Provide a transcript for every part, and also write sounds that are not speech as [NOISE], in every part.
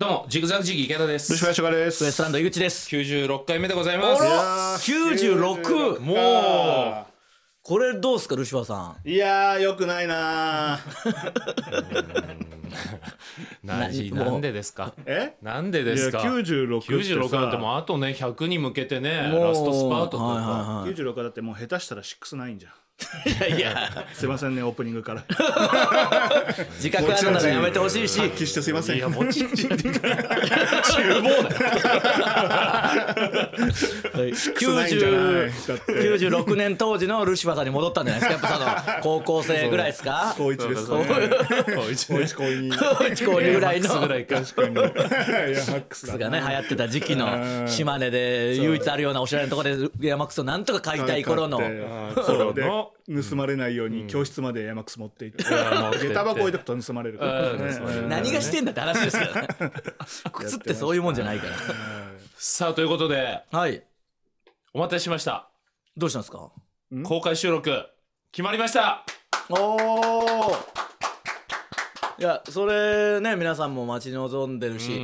どうもジグザグジギー池田です吉林でウエすストランド井口です。 96回目でございます九十六。もうこれどうですかルシファーさん。いやーよくないなーな何もうなんでですかえなんでですかいや96ってさ96なんてもうあとね100に向けてねもうラストスパートとか、はいはいはい96はだってもう下手したら6ないんじゃんいやすいませんねオープニングから自覚あるならやめてほしい [LAUGHS] し。発揮してすいませんいやもうちっちゃい九ないんじゃない十だって九十六年当時のルシファーさんに戻ったんじゃないですか。やっぱそ [LAUGHS] の高校生ぐらいですか。高一ですそうねだそうだ高一高二高一高二ぐらいの。マックスぐらいか確かにいやマックスだがね流行ってた時期 [LAUGHS] の島根で唯一あるようなおしゃれなところで山クソなんとか買いたい頃のあーーそうそだなれで盗まれないように教室までヤマックス持って行ってや持ってって下駄箱 [LAUGHS] 置いとくと盗まれるからうん盗まれるね何がしてんだって話です [LAUGHS] からね靴ってそういうもんじゃないからさあということではいお待たせしましたどうしたんですか公開収録決まりましたおおいやそれね皆さんも待ち望んでるし、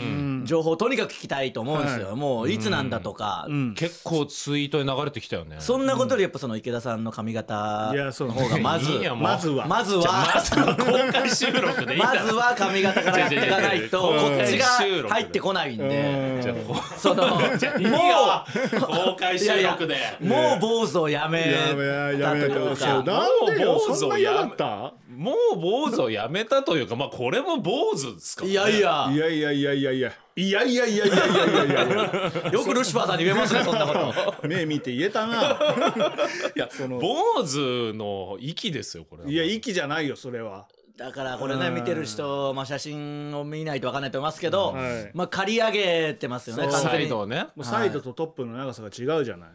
情報とにかく聞きたいと思うんですよ、はもういつなんだとか、結構ツイートで流れてきたよねそんなことよりやっぱその池田さんの髪型いやそうの方がまずいいやもうまずはまずまはずは公開収録でいいだまろずは髪型からやっていかないと違う違う違うこっちが公開収録で入ってこないんでうんそのもいいよ公開収録でうもう坊主をやめやめやめてたといほうしいなかんでもよう坊主をそんな嫌だったもう坊主をやめたというかまあこれも坊主ですかいやいやいやいやいやいやいやいやいやいやいやいやいやいやよくルシファーさんに言えますねそんなこ [LAUGHS] と目見て言えたないやの坊主の息ですよこれいや息じゃないよそれはだからこれね見てる人、まあ、写真を見ないと分かんないと思いますけど、はいまあ、刈り上げてますよねそう完サイ全にドをねもうサイドとトップの長さが違うじゃない、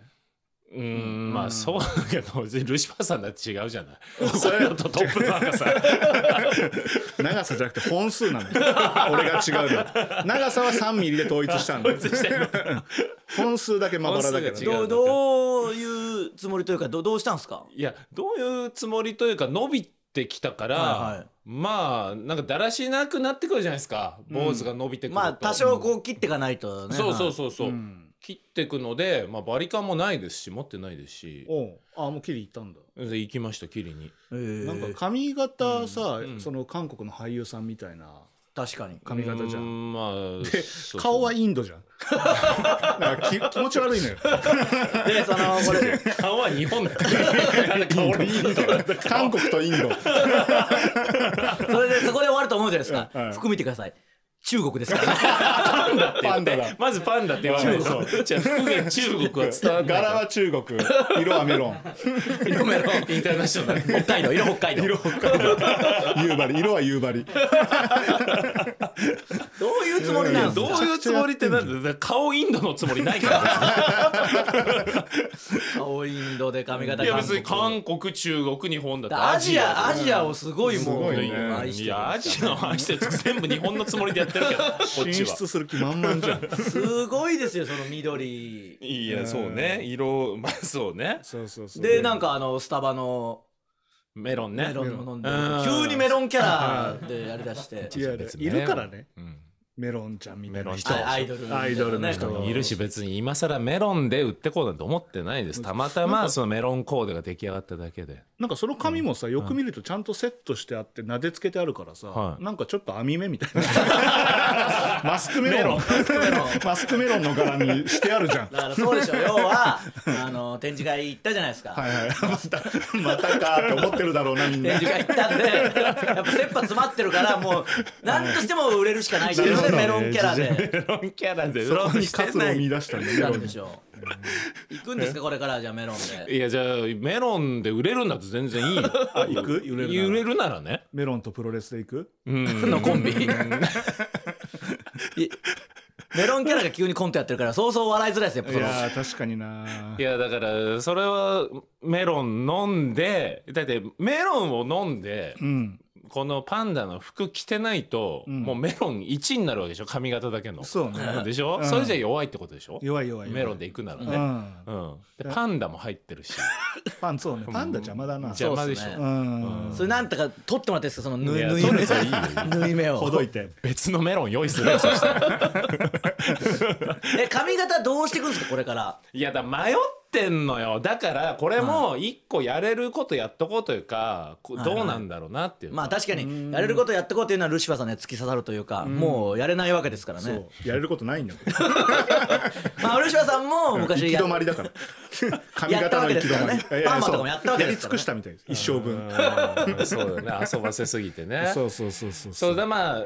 うんまあそうだけどルシファーさんだって違うじゃないサイドとトップなんかさ長さじゃなくて本数なんだ [LAUGHS] よ俺が違うの長さは3ミリで統一したんだよ本数だけまばらだけど本数が違ねうどうどういうつもりというかどどうしたんですかいやどういうつもりというか伸びてきたから、はいはいまあなんかだらしなくなってくるじゃないですか坊主が伸びてくると、まあ多少こう切っていかないとね、そうそううそうそう、切ってくので、まあ、バリカンもないですし持ってないですしおうあもうキリ行ったんだで行きました切りになんか髪型さ、んその韓国の俳優さんみたいな確かに髪型じゃうんんまあそうそう顔はイン [LAUGHS] ドじゃんなんか気気持ち悪いのよでそのこれ顔は日 [LAUGHS] 本だなんで顔俺インドだ韓国とインドそれでそこで終わると思うじゃないで [LAUGHS] すか、はい服見てください中国ですからねパンダだまずパンダって言わないとじゃあ福建中国は伝わんない柄は中国色はメロン色目のインターナショナ [LAUGHS] ル北海道色北海道色北海道夕張色は夕張どういうつもりなんですどうかいうつもりってなんだ顔インドのつもりないから青インドで髪型 [LAUGHS] いや韓別国に韓国中国日本だってアジアアジアをすごいもうすごいね愛しているやアジアを愛してる全部日本のつもりでやってるけどこっち進 [LAUGHS] は出する気満々じゃんすごいですよその緑いやそうね色まあそうねそうそうそうでなんかあのスタバのメロンねメロンを飲んでうん急にメロンキャラでやりだしていや別にいねるからねうんメロンちゃんみたいな人メロンちゃんあアイドルみたいなねアイドルので人もいるし別に今更メロンで売ってこうなんて思ってないですたまたまそのメロンコーデが出来上がっただけでなんかその髪もさよく見るとちゃんとセットしてあって撫でつけてあるからはさいなんかちょっと網目みたいな [LAUGHS] マスクメロンメロン [LAUGHS] マスクメロンの柄にしてあるじゃんだからそうでしょ要はあの展示会行ったじゃないですか、はいはいまたまたかって思ってるだろうなみん [LAUGHS] な展示会行ったんでやっぱ切羽詰まってるからもう何としても売れるしかないっていうのなでメるロほどねンキャラでメロンキャラでそこに活路を見出したんだメなロんンでにしょう行くんですかこれからじゃあメロン [LAUGHS] でいやじゃあメロンで売れるんだと全然 [LAUGHS] いいよあ行く揺れるな売れるならねメロンとプロレスで行くのコンビいメロンキャラが急にコントやってるからそうそう笑いづらいですよやっいぱそのやー確かにないやだからそれはメロン飲んでだってメロンを飲んでうんこのパンダの服着てないと、うんもうメロン1になるわけでしょ髪型だけのそうねでしょ、うんそれじゃ弱いってことでしょ弱い弱い弱いメロンでいくならうね、んうんでパンダも入ってるしパンツをねパンダ邪魔だな邪魔でしそうっょ、すねうんそれなんとか取ってもらっていいですかそのい縫いや縫い取目ればいいよ縫い目をほどいて別のメロン用意するよそしたらえ髪型どうしていくんですかこれからいやだから迷ってんのよだからこれも一個やれることやっとこうというか、こはいはいどうなんだろうなっていうかまあ確かにやれることやってこうっていうのはルシファーさんね突き刺さるというかもうやれないわけですからそねうやれることないんだもんまあルシファーさんも昔行きや止まりだから [LAUGHS] 髪型の行き止まやったわけですからりねパーマとかもやったわけやでりす尽くからねしたみたいです一生分うん [LAUGHS] そうだね遊ばせすぎてねそうそうそうそうそうだまあ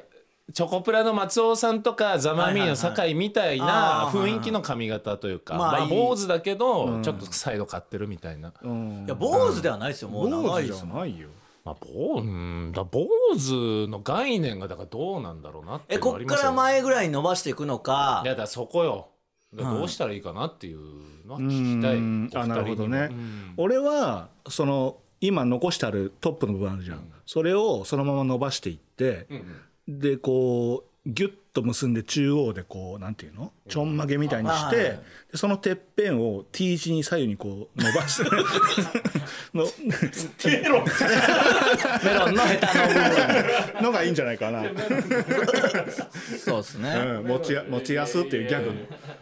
チョコプラの松尾さんとかザ・マミィの酒井みたいなはいはいはい雰囲気の髪型というか、あーはいはいままあ、あ坊主だけどちょっとサイド買ってるみたいな、うんいや坊主ではないですよもう長坊い主でじすゃもんないよまあ、坊うんだ坊主の概念がだからどうなんだろうなっていえうのはこあっりかますよら前ぐらいに伸ばしていくのかいやだそこよだはいどうしたらいいかなっていうのは聞きたい、うんお二人にあなるほどねうん俺はその今残してあるトップの部分あるじゃんそれをそのまま伸ばしていってうんでこうギュッと結んで中央でこうなんていうのちょんまげみたいにして、あはいはいでそのてっぺんを T 字に左右にこう伸ばして [LAUGHS] の [LAUGHS] メロンのヘタの部分のがいいんじゃないかな、う [LAUGHS] そうですねん、持ちや持ちやすっていうギャグも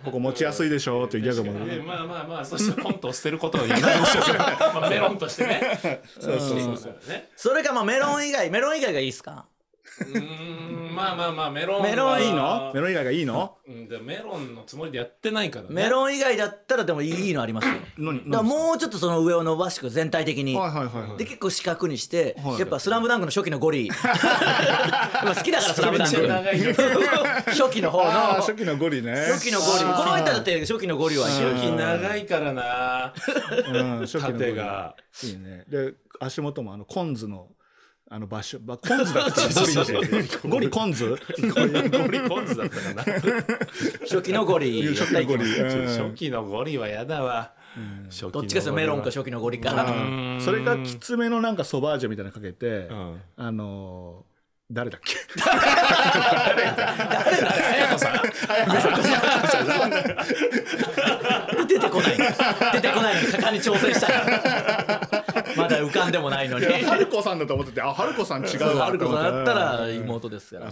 ここ持ちやすいでしょっていうギャグもでまあまあまあそしてポンと捨てることを言う [LAUGHS] まあメロンとしてねそうそうそうそうねそれかまあメロン以外メロン以外がいいですかうーんまあまあまあメロンはメロンいいのメロン以外がいいのうんでメロンのつもりでやってないからねメロン以外だったらでもいいのありますよ何何だからもうちょっとその上を伸ばしていく全体的にはいはいはいはいで結構四角にして、はいやっぱ「スラムダンクの初期のゴリまあ好きだから「スラムダンクめっちゃ長いよ初期の方のあー [LAUGHS] 初初期のゴリね期のゴリあーこの間だって初期のゴリは周期長いからなうん初期のゴリ縦がいいねで足元もあのコンズのあの場所ばコンズだ [LAUGHS] ったゴリってゴリコン [LAUGHS] ズゴリポンズだったかな初期のゴリ初期のゴリ初期のゴリはやだわ初期のゴリはどっちかですよメロンか初期のゴリか、うんそれかきつめのなんかソバージュみたいなのかけて、うんあのー、誰だっけ出てこない出てこないのに果敢に挑戦したいまだ浮かんでもないのに春子さんだと思っててあ春子さん違うわあることと思だったら妹ですからね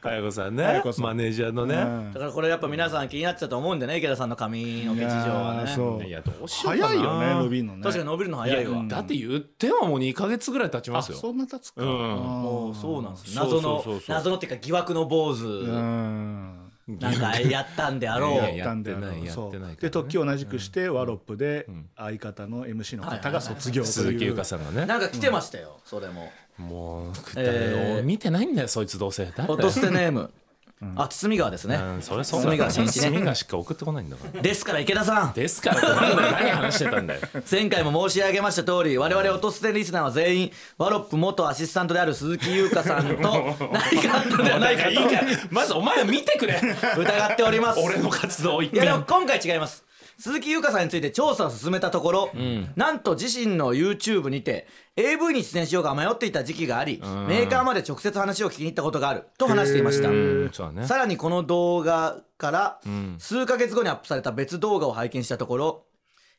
かやこさんやねこさんマネージャーのねだからこれやっぱ皆さん気になってたと思うんでね池田さんの髪の毛い事情はやーねそういやどうしようかな早いよね伸びんのね確かに伸びるの早いわだって言ってはもう2か月ぐらい経ちまあすよそんな経つかうんもうそうなんですよそう謎のそうそうそう謎のっていうか疑惑の坊主うんなんかやったんであろういやいやったんだよやってないそうやってないからねで時を同じくして、ワロップで相方の MC の方が卒業という、鈴木優香さんがねなんか来てましたよそれももうくだらえー見てないんだよそいつどうせ誰だよ落とすてネームあ堤川ですねうんそれそうだ堤よ川慎一隅ねがしか送ってこないんだからですから池田さんですからってなんだよ [LAUGHS] 何話してたんだよ前回も申し上げました通り我々音捨てリスナーは全員ワロップ元アシスタントである鈴木優香さん [LAUGHS] と何かあったんではないかいいからまずお前は見てくれと疑っております [LAUGHS] 俺の活動を一いやでも回今回違います鈴木優香さんについて調査を進めたところ、なんと自身の YouTube にて AV に出演しようか迷っていた時期がありメーカーまで直接話を聞きに行ったことがあると話していましたうんそうだねさらにこの動画から数ヶ月後にアップされた別動画を拝見したところ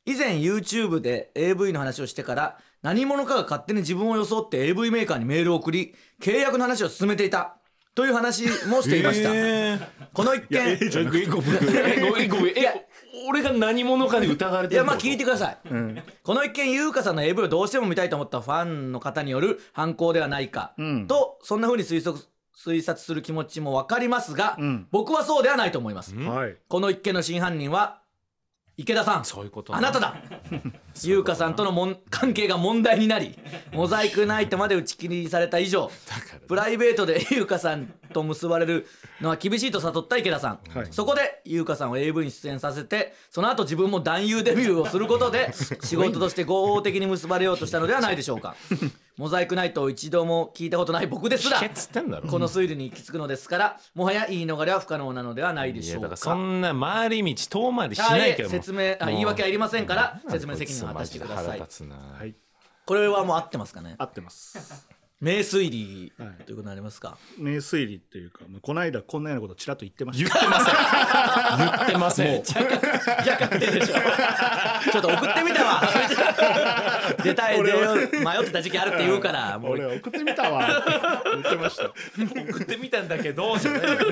以前 YouTube で AV の話をしてから何者かが勝手に自分を装って AV メーカーにメールを送り契約の話を進めていたという話もしていました、この一件え [LAUGHS] ごめんごめんごめんえ俺が何者かに疑われいてるやまあ聞いてください、この一見優香さんの AV をどうしても見たいと思ったファンの方による犯行ではないか、とそんな風に推測推察する気持ちも分かりますが、ん僕はそうではないと思います、はいこの一件の真犯人は池田さんそういうことあ [LAUGHS] なただ優香さんとのもん関係が問題になりモザイクナイトまで打ち切りにされた以上プライベートで [LAUGHS] 優香さんと結ばれるのは厳しいと悟った池田さん、はいそこで優香さんを AV に出演させてその後自分も男優デビューをすることで仕事として合法的に結ばれようとしたのではないでし [LAUGHS] ょうかモザイクナイトを一度も聞いたことない僕ですら聞けっつってんだろこの推理に行き着くのですからもはや言い逃れは不可能なのではないでいしやょだうかからそんな回り道遠回りしないけどはい説明あ言い訳はいりませんから説明責任を果たしてください腹立つなはいこれはもう合ってますかね合ってます [LAUGHS] 名推理はいということになりますか、名推理っていうか、まあ、この間こんなようなことちらっと言ってまし言ったてません言ってません [LAUGHS] ちょっと送ってみたわ出たい出よう迷ってた時期あるって言うから [LAUGHS] もう俺送ってみたわって言ってました送ってみたんだけどじゃない [LAUGHS]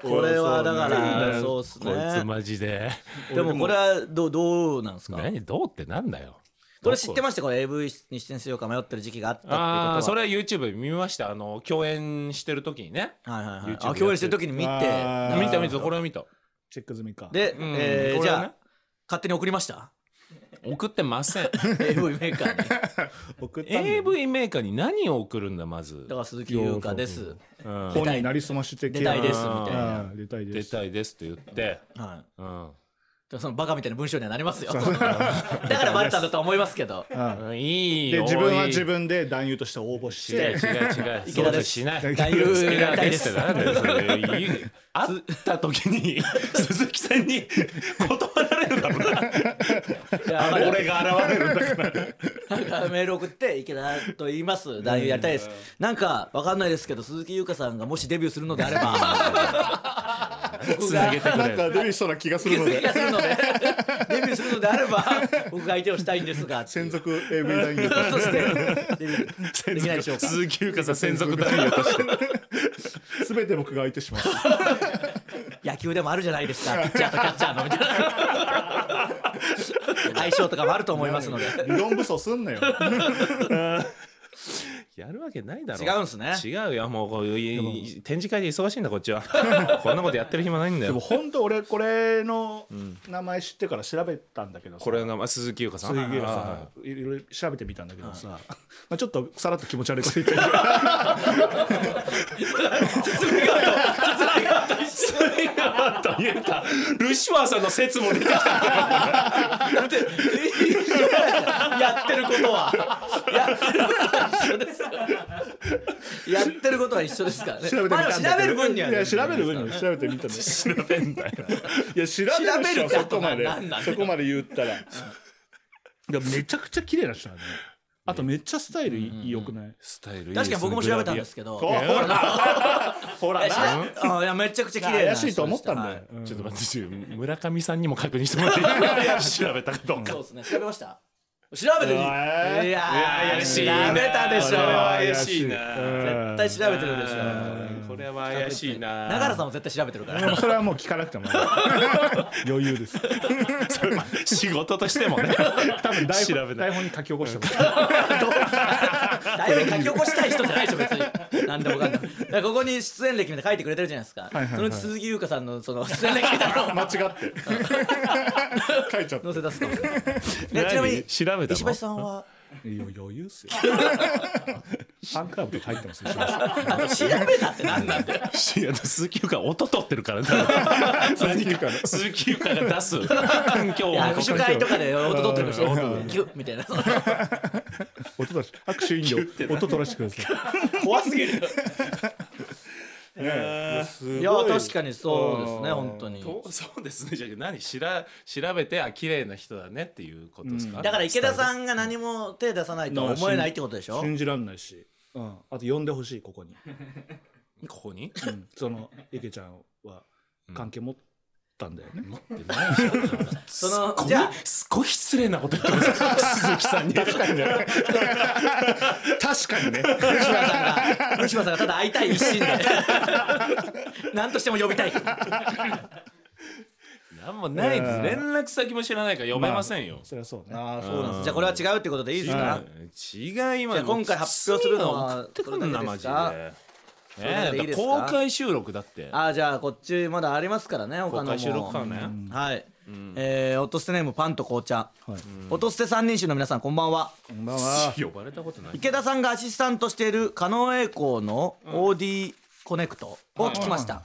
これはだからそそううっっすすねこいつねマジ [LAUGHS] ででもこれはどうどうなんですか何どうってなんだよこれ知ってましたこれ AV に出演しようか迷ってる時期があったっていうことあはあそれは YouTube 見ましたあの共演してる時にねはいはいはい YouTube あ共演してる時に見てあー見た見たこれを見たチェック済みかで、うんえーこじれはゃあ、ね勝手に送りました [LAUGHS] 送ってません AV メーカーにだか送ったんだよ AV メーカーに何を送るんだまずら鈴木優香です、うん本になりすまし的な出たいですみたいなうん出たいで出すたいですって言ってはい、うんでもそのバカみたいな文章にはなりますよ [LAUGHS] だからバレたんだと思いますけどうんいいでよ自分は自い分で男優として応募しい違う違 [LAUGHS] てう違うそうじゃしない男優池や田りたいでですすってなんだよそれ言う会った時に [LAUGHS] 鈴木さんに断られるだろう [LAUGHS] ないやまあ俺が現れるんだなんかメール送って池田と言います男優やりたいですなんかわかんないですけど鈴木優香さんがもしデビューするのであ [LAUGHS] れば僕つながげてく [LAUGHS] なれんるかデビューしそうな気がするの鈴木 [LAUGHS] でがするのでデビューするのであれば僕が相手をしたいんですが専属 AV 男優そしてデビューできないでしょうか鈴木優香さん専属男優としてすべて僕が相手します野球でもあるじゃないですかピッチャーとキャッチャーのみたいな相性とかもあると思いますので理論武装すんなよやるわけないだろ違うんすね違うよもうこういう展示会で忙しいんだこっちはこんなことやってる暇ないんだ [LAUGHS] でもよ本当俺これの名前知ってから調べたんだけどさこれがまあ鈴木優香さんすげえあさいろいろ調べてみたんだけどさ、 [LAUGHS] まあ、ちょっとさらっと気持ち悪くついてる [LAUGHS] ー言えたルシファーさんの説も出てきたやってることはやってることは一緒ですやってることは一緒ですからね調べてみまあたでんだけも調べるど分にはいねや調べる分には調べてみたの調べんだよいや調べるでしょ調べるってそこまでなんなんだそよこまで言ったらいやめちゃくちゃ綺麗な人だねあとめっちゃスタイルいい良くないスタイルいい確かに僕も調べたんですけけどほら [LAUGHS] ほらいやなあいやめちゃくちゃ綺麗な怪人しでいしたと思ったんだはよい [LAUGHS] うんちょっと待ってちょっと村上さんにも確認してもらっていい調べたかどうそかうですね調べました調べてういわーいやー怪しい調べたでしこれは怪ょしいなうん絶対調べてるでしうょんこれは怪しいな長原さんも絶対調べてるからでもそれはもう聞かなくても余裕です仕事としても [LAUGHS] ね多分台調べ本ない台本に書き起こしても [LAUGHS] だいぶ書き起こしたい人じゃないでしょ別に何でもかんでもだからここに出演歴みたいなの書いてくれてるじゃないですか、いはいはいそのうち鈴木優香さんのその出演歴みたいなの [LAUGHS] を間違って書いちゃった載せ出すと思うねちなみに調べた石橋のさんはいや余裕っ [LAUGHS] すよファンクラブとか入ってますよあの調べたってなんなんだよいや鈴木優香音取ってる [LAUGHS] からね何か鈴木優香が出す環境い音や握手会とかで音取ってるかもしれないキュッみたいなその音出し握手飲料音取らせてくださ怖すぎるいねえすごいや確かにそうですね本当にとそうですねじゃあ何しら調べてあ綺麗な人だねっていうことですか、だから池田さんが何も手出さないとは思えないってことでしょ信じらんないし、うん、あと呼んでほしいここに、ここにうん、その池ちゃんは関係持ったんだよね、持ってないじゃんそのこじゃあすごい失礼なこと言ってます鈴木さんに確かにね確かにね [LAUGHS] 虫歯さんが虫歯さんがただ会いたい一 [LAUGHS] 心で何としても呼びたい何もないです連絡先も知らないから呼べませんよ、そりゃそうねああそうなんです。じゃあこれは違うってことでいいですはか？違いますじゃあ今回発表するのは送ってくんなこれだけマでジすでかねえそれだけでいいですか公開収録だってああじゃあこっちまだありますからね他公のも。開収録かね、はい。えー、音捨てネームパンと紅茶、はい音捨て三人衆の皆さんこんばんはこんばんは呼ばれたことない池田さんがアシスタントしている狩野英孝の OD コネクトを聞きました、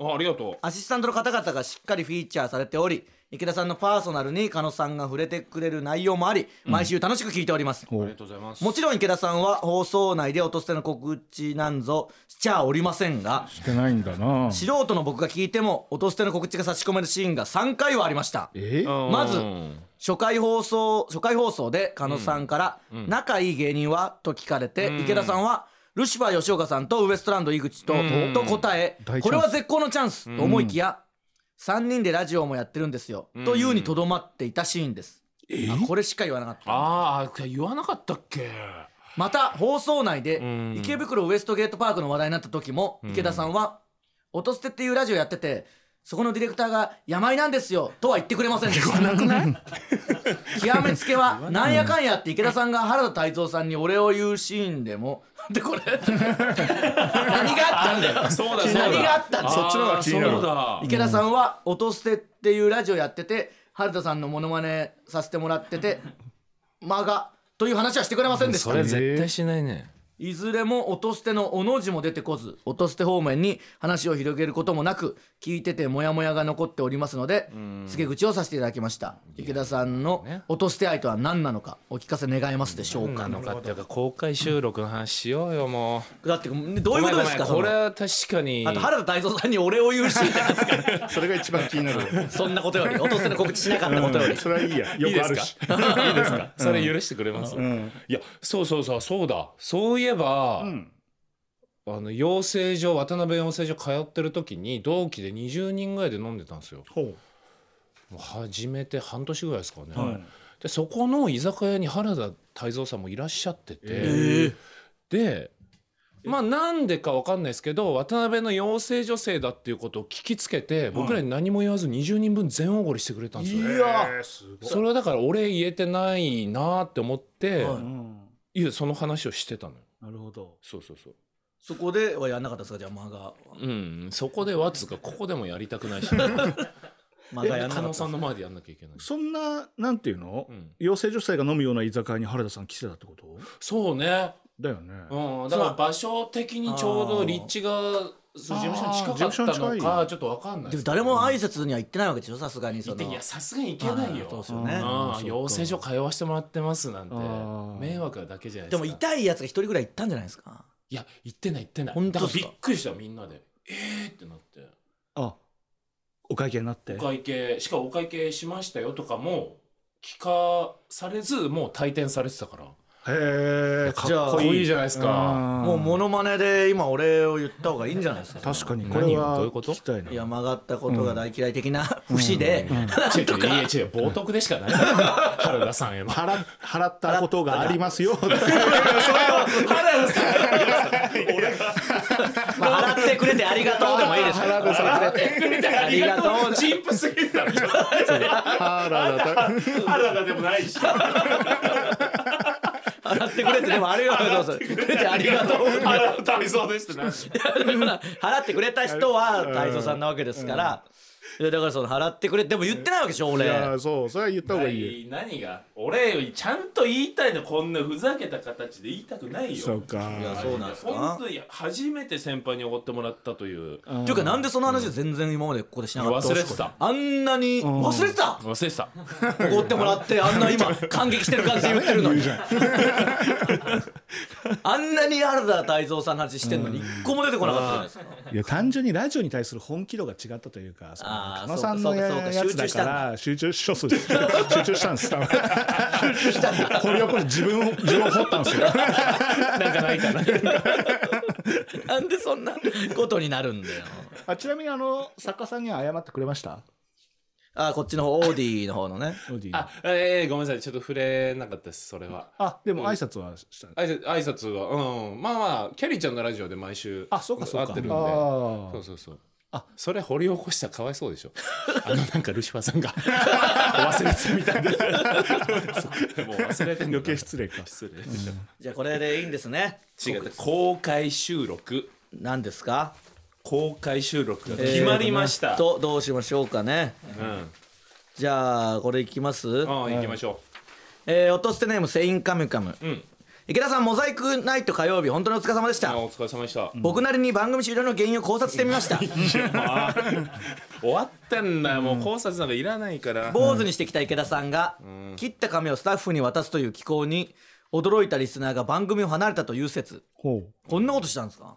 あありがとアシスタントの方々がしっかりフィーチャーされており池田さんのパーソナルに狩野さんが触れてくれる内容もあり毎週楽しく聞いております、うありがとうございますもちろん池田さんは放送内で音捨ての告知なんぞしちゃおりませんがしてないんだな素人の僕が聞いても音捨ての告知が差し込めるシーンが3回はありましたえうんまずうん初回放送初回放送で狩野さんから「仲いい芸人は?」と聞かれて、うん池田さんは「ルシファー吉岡さんとウエストランド井口と」うんと答え大チャンスこれは絶好のチャンスと思いきや、3人でラジオもやってるんですよ、というにとどまっていたシーンです、あこれしか言わなかったああ言わなかったっけまた放送内でん池袋ウエストゲートパークの話題になった時も池田さんは「音捨て」っていうラジオやっててそこのディレクターが「病なんですよ」とは言ってくれませんでした言わなくない [LAUGHS] 極めつけは「なんやかんや」って池田さんが原田泰造さんにお礼を言うシーンでも [LAUGHS] でこれ何があったんだよそうだそうだ何があったんだよそっちの方が気になるあーそうだ池田さんは「音捨て」っていうラジオやってて春田さんのモノマネさせてもらってて「間が」という話はしてくれませんでしたそれ絶対しないねいずれも音捨てのおの字も出てこず音捨て方面に話を広げることもなく聞いててモヤモヤが残っておりますので告げ口をさせていただきました池田さんの音捨て愛とは何なのかお聞かせ願えますでしょうなか、のかっていうか公開収録の話しようよもうだってどういうことでごすかめんごめんこれそのは確かにあと原田泰造さんにお礼を言うシーンじゃないですか [LAUGHS] それが一番気になるそんなことより音捨ての告知しなかったことよりそれはいいやいいよでくあするかし [LAUGHS] いいですかそれ許してくれます、いやそうそうそうそうだそういえば、んあの養成所渡辺養成所通ってる時に同期で20人ぐらいで飲んでたんですよほうもう始めて半年ぐらいですかね、でそこの居酒屋に原田泰造さんもいらっしゃってて、でまあなんでかわかんないですけど渡辺の養成女性だっていうことを聞きつけて僕らに何も言わず20人分全おごりしてくれたんですよ、やすごいそれはだから俺言えてないなーって思って、はいうんい、やその話をしてたのよなるほどそうそうそうそこではやんなかったですかじゃあ間がうんそこではつうかここでもやりたくないし加間がやんなかった納さんの前でやんなきゃいけない、そんななんていうのうん、養成女性が飲むような居酒屋に原田さん来てたってことそうね、だよねうん、だから場所的にちょうど立地がそう事務所に近かったあー事務所のにか近ちょっとわかんないですも誰も挨拶には行ってないわけでしょさすがに行そっていのやさすがに行けないよはいそうですよねうんあー養成所通わしてもらってますなんてあー迷惑だけじゃないでですかも痛いやつが一人ぐらい行ったんじゃないですかいや行ってない行ってない本当だっかすらかびっくりしたみんなでえーってなってあお会計になってお会計しかもお会計しましたよとかも聞かされずもう退店されてた [LAUGHS] からへえかっじゃこあいいいいじゃないですかもうモうノマネで今お礼を言った方がいいんじゃないですか確かにこ何れどはういうこと聞きたいないや曲がったことが大嫌い的な節で、違う違ういや違う冒涜でしか [LAUGHS] ない原田さんへの払払ったことがありますよ原田さんまあ払ってくれてありがとうでもいいですよ原田さん払ってくれてありがとうチンプすぎる [LAUGHS] だろ原田 [LAUGHS] さん原田でもないし払ってくれてでもありがとうそうくれてありがとう原田大蔵ですってな払ってくれた人は太蔵さんなわけですから、いやだからその払ってくれでも言ってないわけでしょ俺いや [LAUGHS] そうそれは言った方がいいよ何が俺よりちゃんと言いたいのこんなふざけた形で言いたくないよそうかいやそうなんですか本当に初めて先輩におごってもらったというっていうかなんでその話全然今までここでしなかった忘れてたあんなに忘れてた忘れてた怒ってもらってあんな今感激してる感じで言ってるのにあんなに原田泰造さんの話してんのに一個も出てこなかったじゃないですかいや単純にラジオに対する本気度が違ったというかそのあー狩野さんそのうかそうかやつだそうから集中しょ集中したんです多分掘り [LAUGHS] 起こる自分を自分を掘ったんですよなんかないかななんでそんなことになるんだよ [LAUGHS] あちなみにあの作家さんには謝ってくれました [LAUGHS] あこっちの方オーディの方のねああえー、ごめんなさいちょっと触れなかったですそれはあでも挨拶はした挨拶挨拶はうんまあまあキャリーちゃんのラジオで毎週あそうかそう会かってるんであそうそうそうあそれ掘り起こしたらかわいそうで [LAUGHS] しょあのなんかルシファーさんが [LAUGHS] 忘れてたみたいで [LAUGHS] そうもう忘れてーんのかな余計失礼か失礼でしじゃあこれでいいんですねた違う公開収録何ですか公開収録が決まりました、えーとどうしましょうかねうんじゃあこれいきますああ行きましょえー、落としてネームセインカムカムううん池田さんモザイクナイト火曜日本当にお疲れ様でしたあお疲れ様で [LAUGHS] した。僕なりに番組終了の原因を考察してみました終わってんだよ、もう考察なんかいらないから。坊主にしてきた池田さんが、切った髪をスタッフに渡すという機構に驚いたリスナーが番組を離れたという説ほうこんなことしたんですか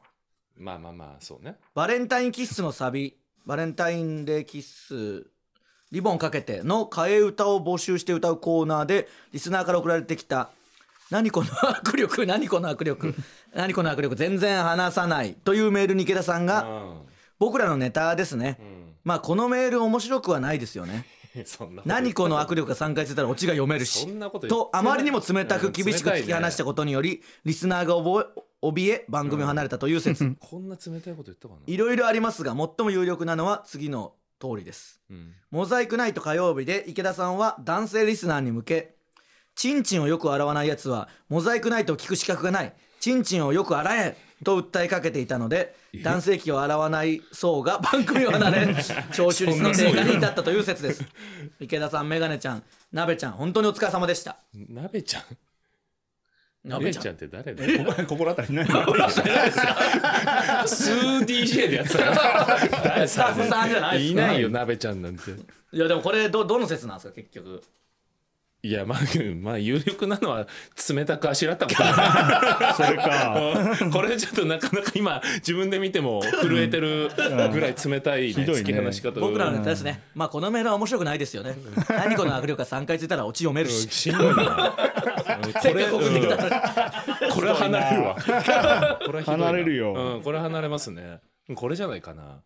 まあまあまあ、そうね。バレンタインキッスのサビ「バレンタインデーキッスリボンかけて」の替え歌を募集して歌うコーナーでリスナーから送られてきた「何この握力何この握力何この握力全然離さない」というメールに池田さんうがん。 「僕らのネタですね」うんまあこのメール面白くはないですよねそんな [LAUGHS] こと言って何この握力が3回ついたらオチが読めるしそんなこと言ってとあまりにも冷たく厳しく突き放したことによりリスナーが覚え怯え番組を離れたという説こんな冷たいこと言ったかな。いろいろありますが最も有力なのは次の通りですうんモザイクナイト火曜日で池田さんは男性リスナーに向けチンチンをよく洗わないやつはモザイクナイトを聞く資格がないチンチンをよく洗えと訴えかけていたので男性器を洗わない層が番組を離 [LAUGHS] れ聴取率の低下に至ったという説です池田さんメガネちゃん鍋ちゃん本当にお疲れ様でした鍋ちゃん。鍋鍋ちゃんちゃんって誰だここ [LAUGHS] 心当たり [LAUGHS] ないスー DJ でやってたの誰スタッフさんじゃ [LAUGHS] ないですいないよ、 [LAUGHS] 鍋ちゃんなんて。いやでもこれどどの説なんですか結局いや、まあ、まあ、有力なのは冷たくあしらったことだそれか [LAUGHS] これちょっとなかなか今、自分で見ても震えてるぐらい冷たい、ね、ひどいね突き放し方僕らのネタですね、まあこのメールは面白くないです [LAUGHS] よね何この握力が3回ついたらオチ読めるししんどい [LAUGHS] なせっかく送ってきたのにうん [LAUGHS] これは離れるわこれはひどいな離れるようん、これは離れますねこれじゃないかな、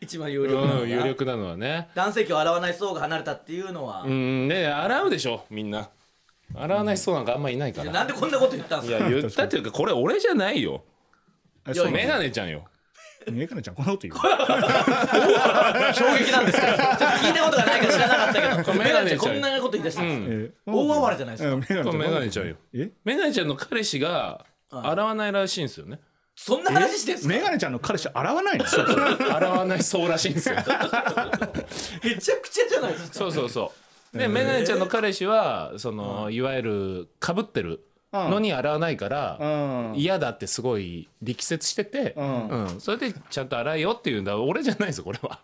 一番有力なのうん、有が力なのはね男性器を洗わない層が離れたっていうのはう、んね洗うでしょみんな洗わない人なんかあんまいないから、なんでこんなこと言ったんでいすかや言ったというかこれ俺じゃないよあいやそうメガネちゃんよメガネちゃんこんなこと言う衝撃なんですけどちょっと聞いたことがないから知らなかったけどこれメメガガネネちちゃゃんんこんなこと言い出したんです、え大暴れじゃないですかうんメガネちこゃんれメガネちゃんよえメガネちゃんの彼氏が洗わないらしいんですよねそんな話してんすかメガネちゃんの彼氏洗わないの洗わないそうらしいんですよめちゃくちゃじゃないですかそうそうそうでメガネちゃんの彼氏はそのいわゆるかぶってるのに洗わないから、うん嫌だってすごい力説してて、うんうんそれでちゃんと洗えよっていうんだ俺じゃないですよこれは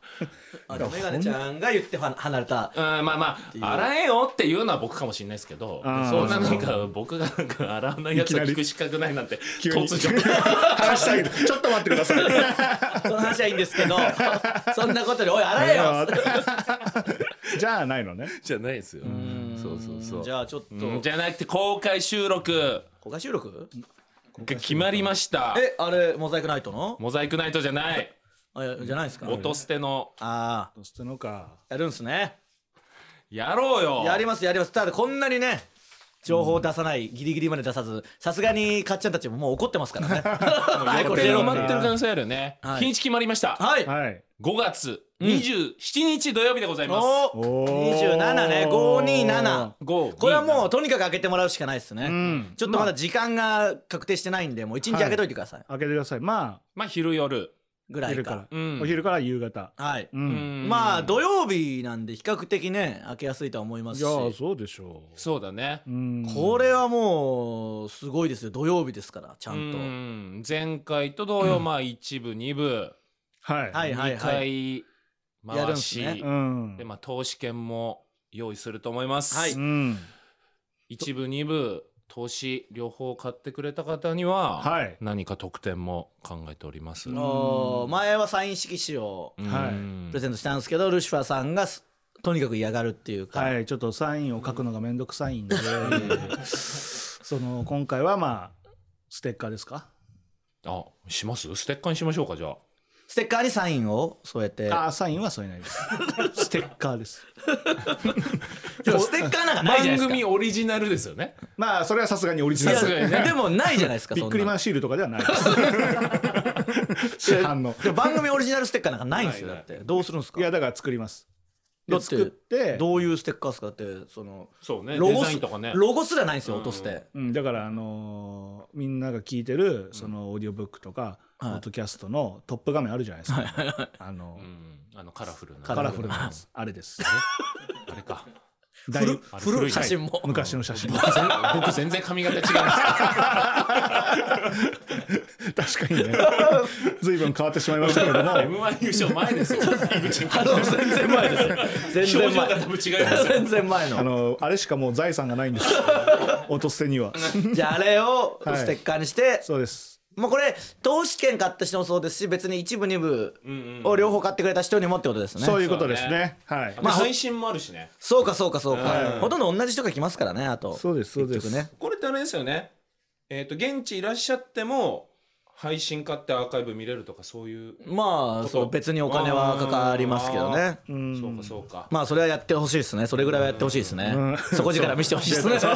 あでもメガネちゃんが言っては離れたうんまあまあ洗えよっていうのは僕かもしれないですけどうんそんななんか僕がなんか洗わないやつをいきなり聞く資格ないなんて急に突如話したいけど [LAUGHS] ちょっと待ってくださいその話はいいんですけ [LAUGHS] どそんなことでおい洗えよっつってじゃあないのねじゃないですよそうそうそうじゃあちょっとうんじゃなくて公開収録公開収録が決まりましたえあれモザイクナイトのモザイクナイトじゃないあいやじゃないですか音捨てのああどうしたのかやるんすねやろうよやりますやりますただこんなにね情報を出さない、ギリギリまで出さずさすがにかっちゃんたちももう怒ってますからねはいこ予れ定やろをう待ってる可能性あるよねはい日にち決まりましたはいはい5月27日土曜日でございますおおおー27ね527 5これはもうとにかく開けてもらうしかないですね、んちょっとまだ時間が確定してないんでもう1日開けといてください、開けてくださいままあ昼夜ぐあらい昼かかうんらお昼から夕方はい、うんまあ土曜日なんで比較的ね開けやすいとは思いますいしやーそうでしょそうだねううんこれはもうすごいですよ土曜日ですからちゃうんと、ん前回と同様まあ一部二部はいはいはい二はい回やるん回すしねうんでまあ投資券も用意すると思いますはいうん一部二部投資両方買ってくれた方にははい何か特典も考えておりますうんおー前はサイン色紙をはいうんプレゼントしたんですけど、ルシファーさんがすとにかく嫌がるっていうか、はいちょっとサインを書くのがめんどくさいんでその今回はまあステッカーですかあしますステッカーにしましょうかじゃあステッカーにサインを添えてあーサインは添えないですステッカーですでもステッカーなんかないじゃ番ないで組オリジナルですよねまあそれはさすがにオリジナすル組さかいすがやにねでもないじゃないですかビそッんクリなマのンシールとかではないです [LAUGHS] 市販のでも番組オリジナルステッカーなんかないんですよないだないってどうするんですかいやだから作りますだっでて作ってどういうステッカーですかだってそのそうねロデゴザイすンとかねロゴすらないんですようん落として、うん、だからあのーみんなが聞いてるそのオーディオブックとか、ポはいッドキャストのトップ画面あるじゃないですか、あのうーんあのカラフルな [LAUGHS] カカラフルなやつあれですあれかだいあ古の古古いい写真も昔の写真僕全然髪型違います [LAUGHS] 確かに [LAUGHS] ね随分変わってしまいましたけれども M1 優勝前ですよ井口に関しては全然前ですよ表 [LAUGHS] 全然情が前多分違いますよ全然前あののあれしかもう財産がないん [LAUGHS] です落と捨てにはじゃああれをはいステッカーにしてそうですもうこれ投資券買った人もそうですし別に一部二部を両方買ってくれた人にもってことですねそういうことですねはい [LAUGHS] まあ配信もあるしねそうかそうかそうかほとんど同じ人が来ますからねあとそうですそうです結局ねこれってあれですよねえっ、と現地いらっしゃっても配信買ってアーカイブ見れるとかそういう、まあそう別にお金はかかりますけどねそうかそうかまあそれはやってほしいですねそれぐらいはやってほしいですねん底力見せてほしいですね底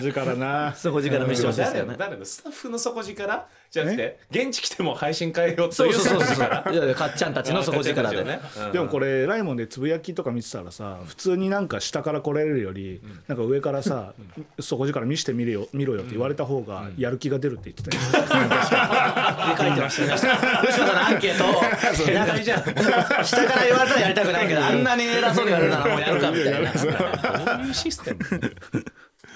力な底力見せてほしいです誰よのね誰のスタッフの底力じゃなくて現地来ても配信変えようとそいううそうそう底そ力ういやいやかっちゃんたちの底力で、ねうんでもこれライモンでつぶやきとか見てたらさ普通になんか下から来られるよりなんか上からさ底力見してみるよ見ろよって言われた方がやる気が出るって言ってたよ書いてましたね。嘘だなアンケートを。なんかじゃん。下から言われたらやりたくないけど、あんなに偉そうに言われるならもうやるかみたいな。どういうシステム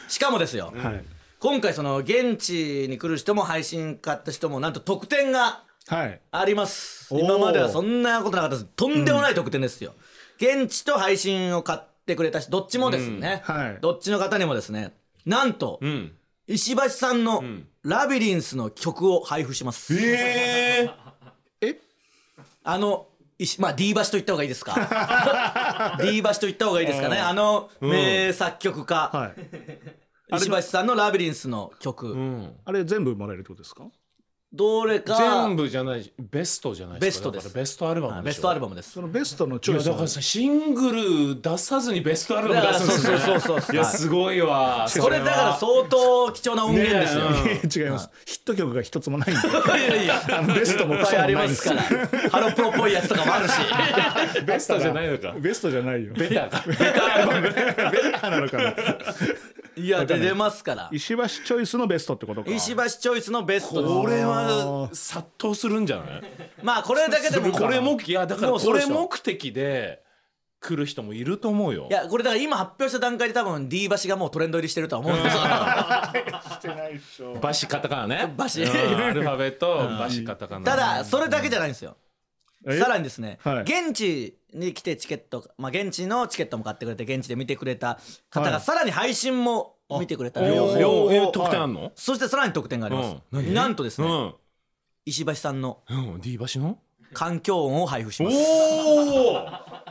しかもですよ、はい今回その現地に来る人も配信買った人もなんと特典がはいあります。ー今まではそんなことなかったです。とんでもない特典ですよ。現地と配信を買ってくれた人、どっちもですね。うんはいどっちの方にもですね。なんと、うん石橋さんのラビリンスの曲を配布します。え [LAUGHS] えあの、石まあ、D 橋と言った方がいいですか。D 橋と言った方がいいですかね。あの、名作曲家、はい石橋さんのラビリンスの曲。うんあれ全部もらえるってことですかどれか、全部じゃないベストじゃないですかベストですだからベストアルバムでしあょベストアルバムですそ。のベストのチいョやイスだからさシングル出さずにベストアルバム出すんですねだからそうそうそうそういやすごいわこれだから相当貴重な音源ですよ。ね [LAUGHS] 違いますヒット曲が一つもないんでいやいや、いっあのベストもクぱソいもあないりんまですすから。 [LAUGHS] ハロプロっぽいやつとかもあるし。ベストじゃないのかベストじゃないよベ [LAUGHS] タかあなのかないや、で出ますから。石橋チョイスのベストってことか石橋チョイスのベストこでれは殺到するんじゃないす。まあ、これだけでも。これ目いやだからもうそこうでれしょ目的で来る人もいると思うよいや、これだから今発表した段階で多分 D 橋がもうトレンド入りしてるとは思うんですよ。してないっしょバシカタカナねバシうんアルファベットバシカタカナ [LAUGHS] ただ、それだけじゃないんですよ。えさらにですね、はい現地に来てチケット、まあ、現地のチケットも買ってくれて現地で見てくれた方はがいさらに配信も見てくれたおー両方両おー方得点あんのそしてさらに特典があります、うんなんとですうね、ん石橋さんのうん D 橋の環境音を配布しますおお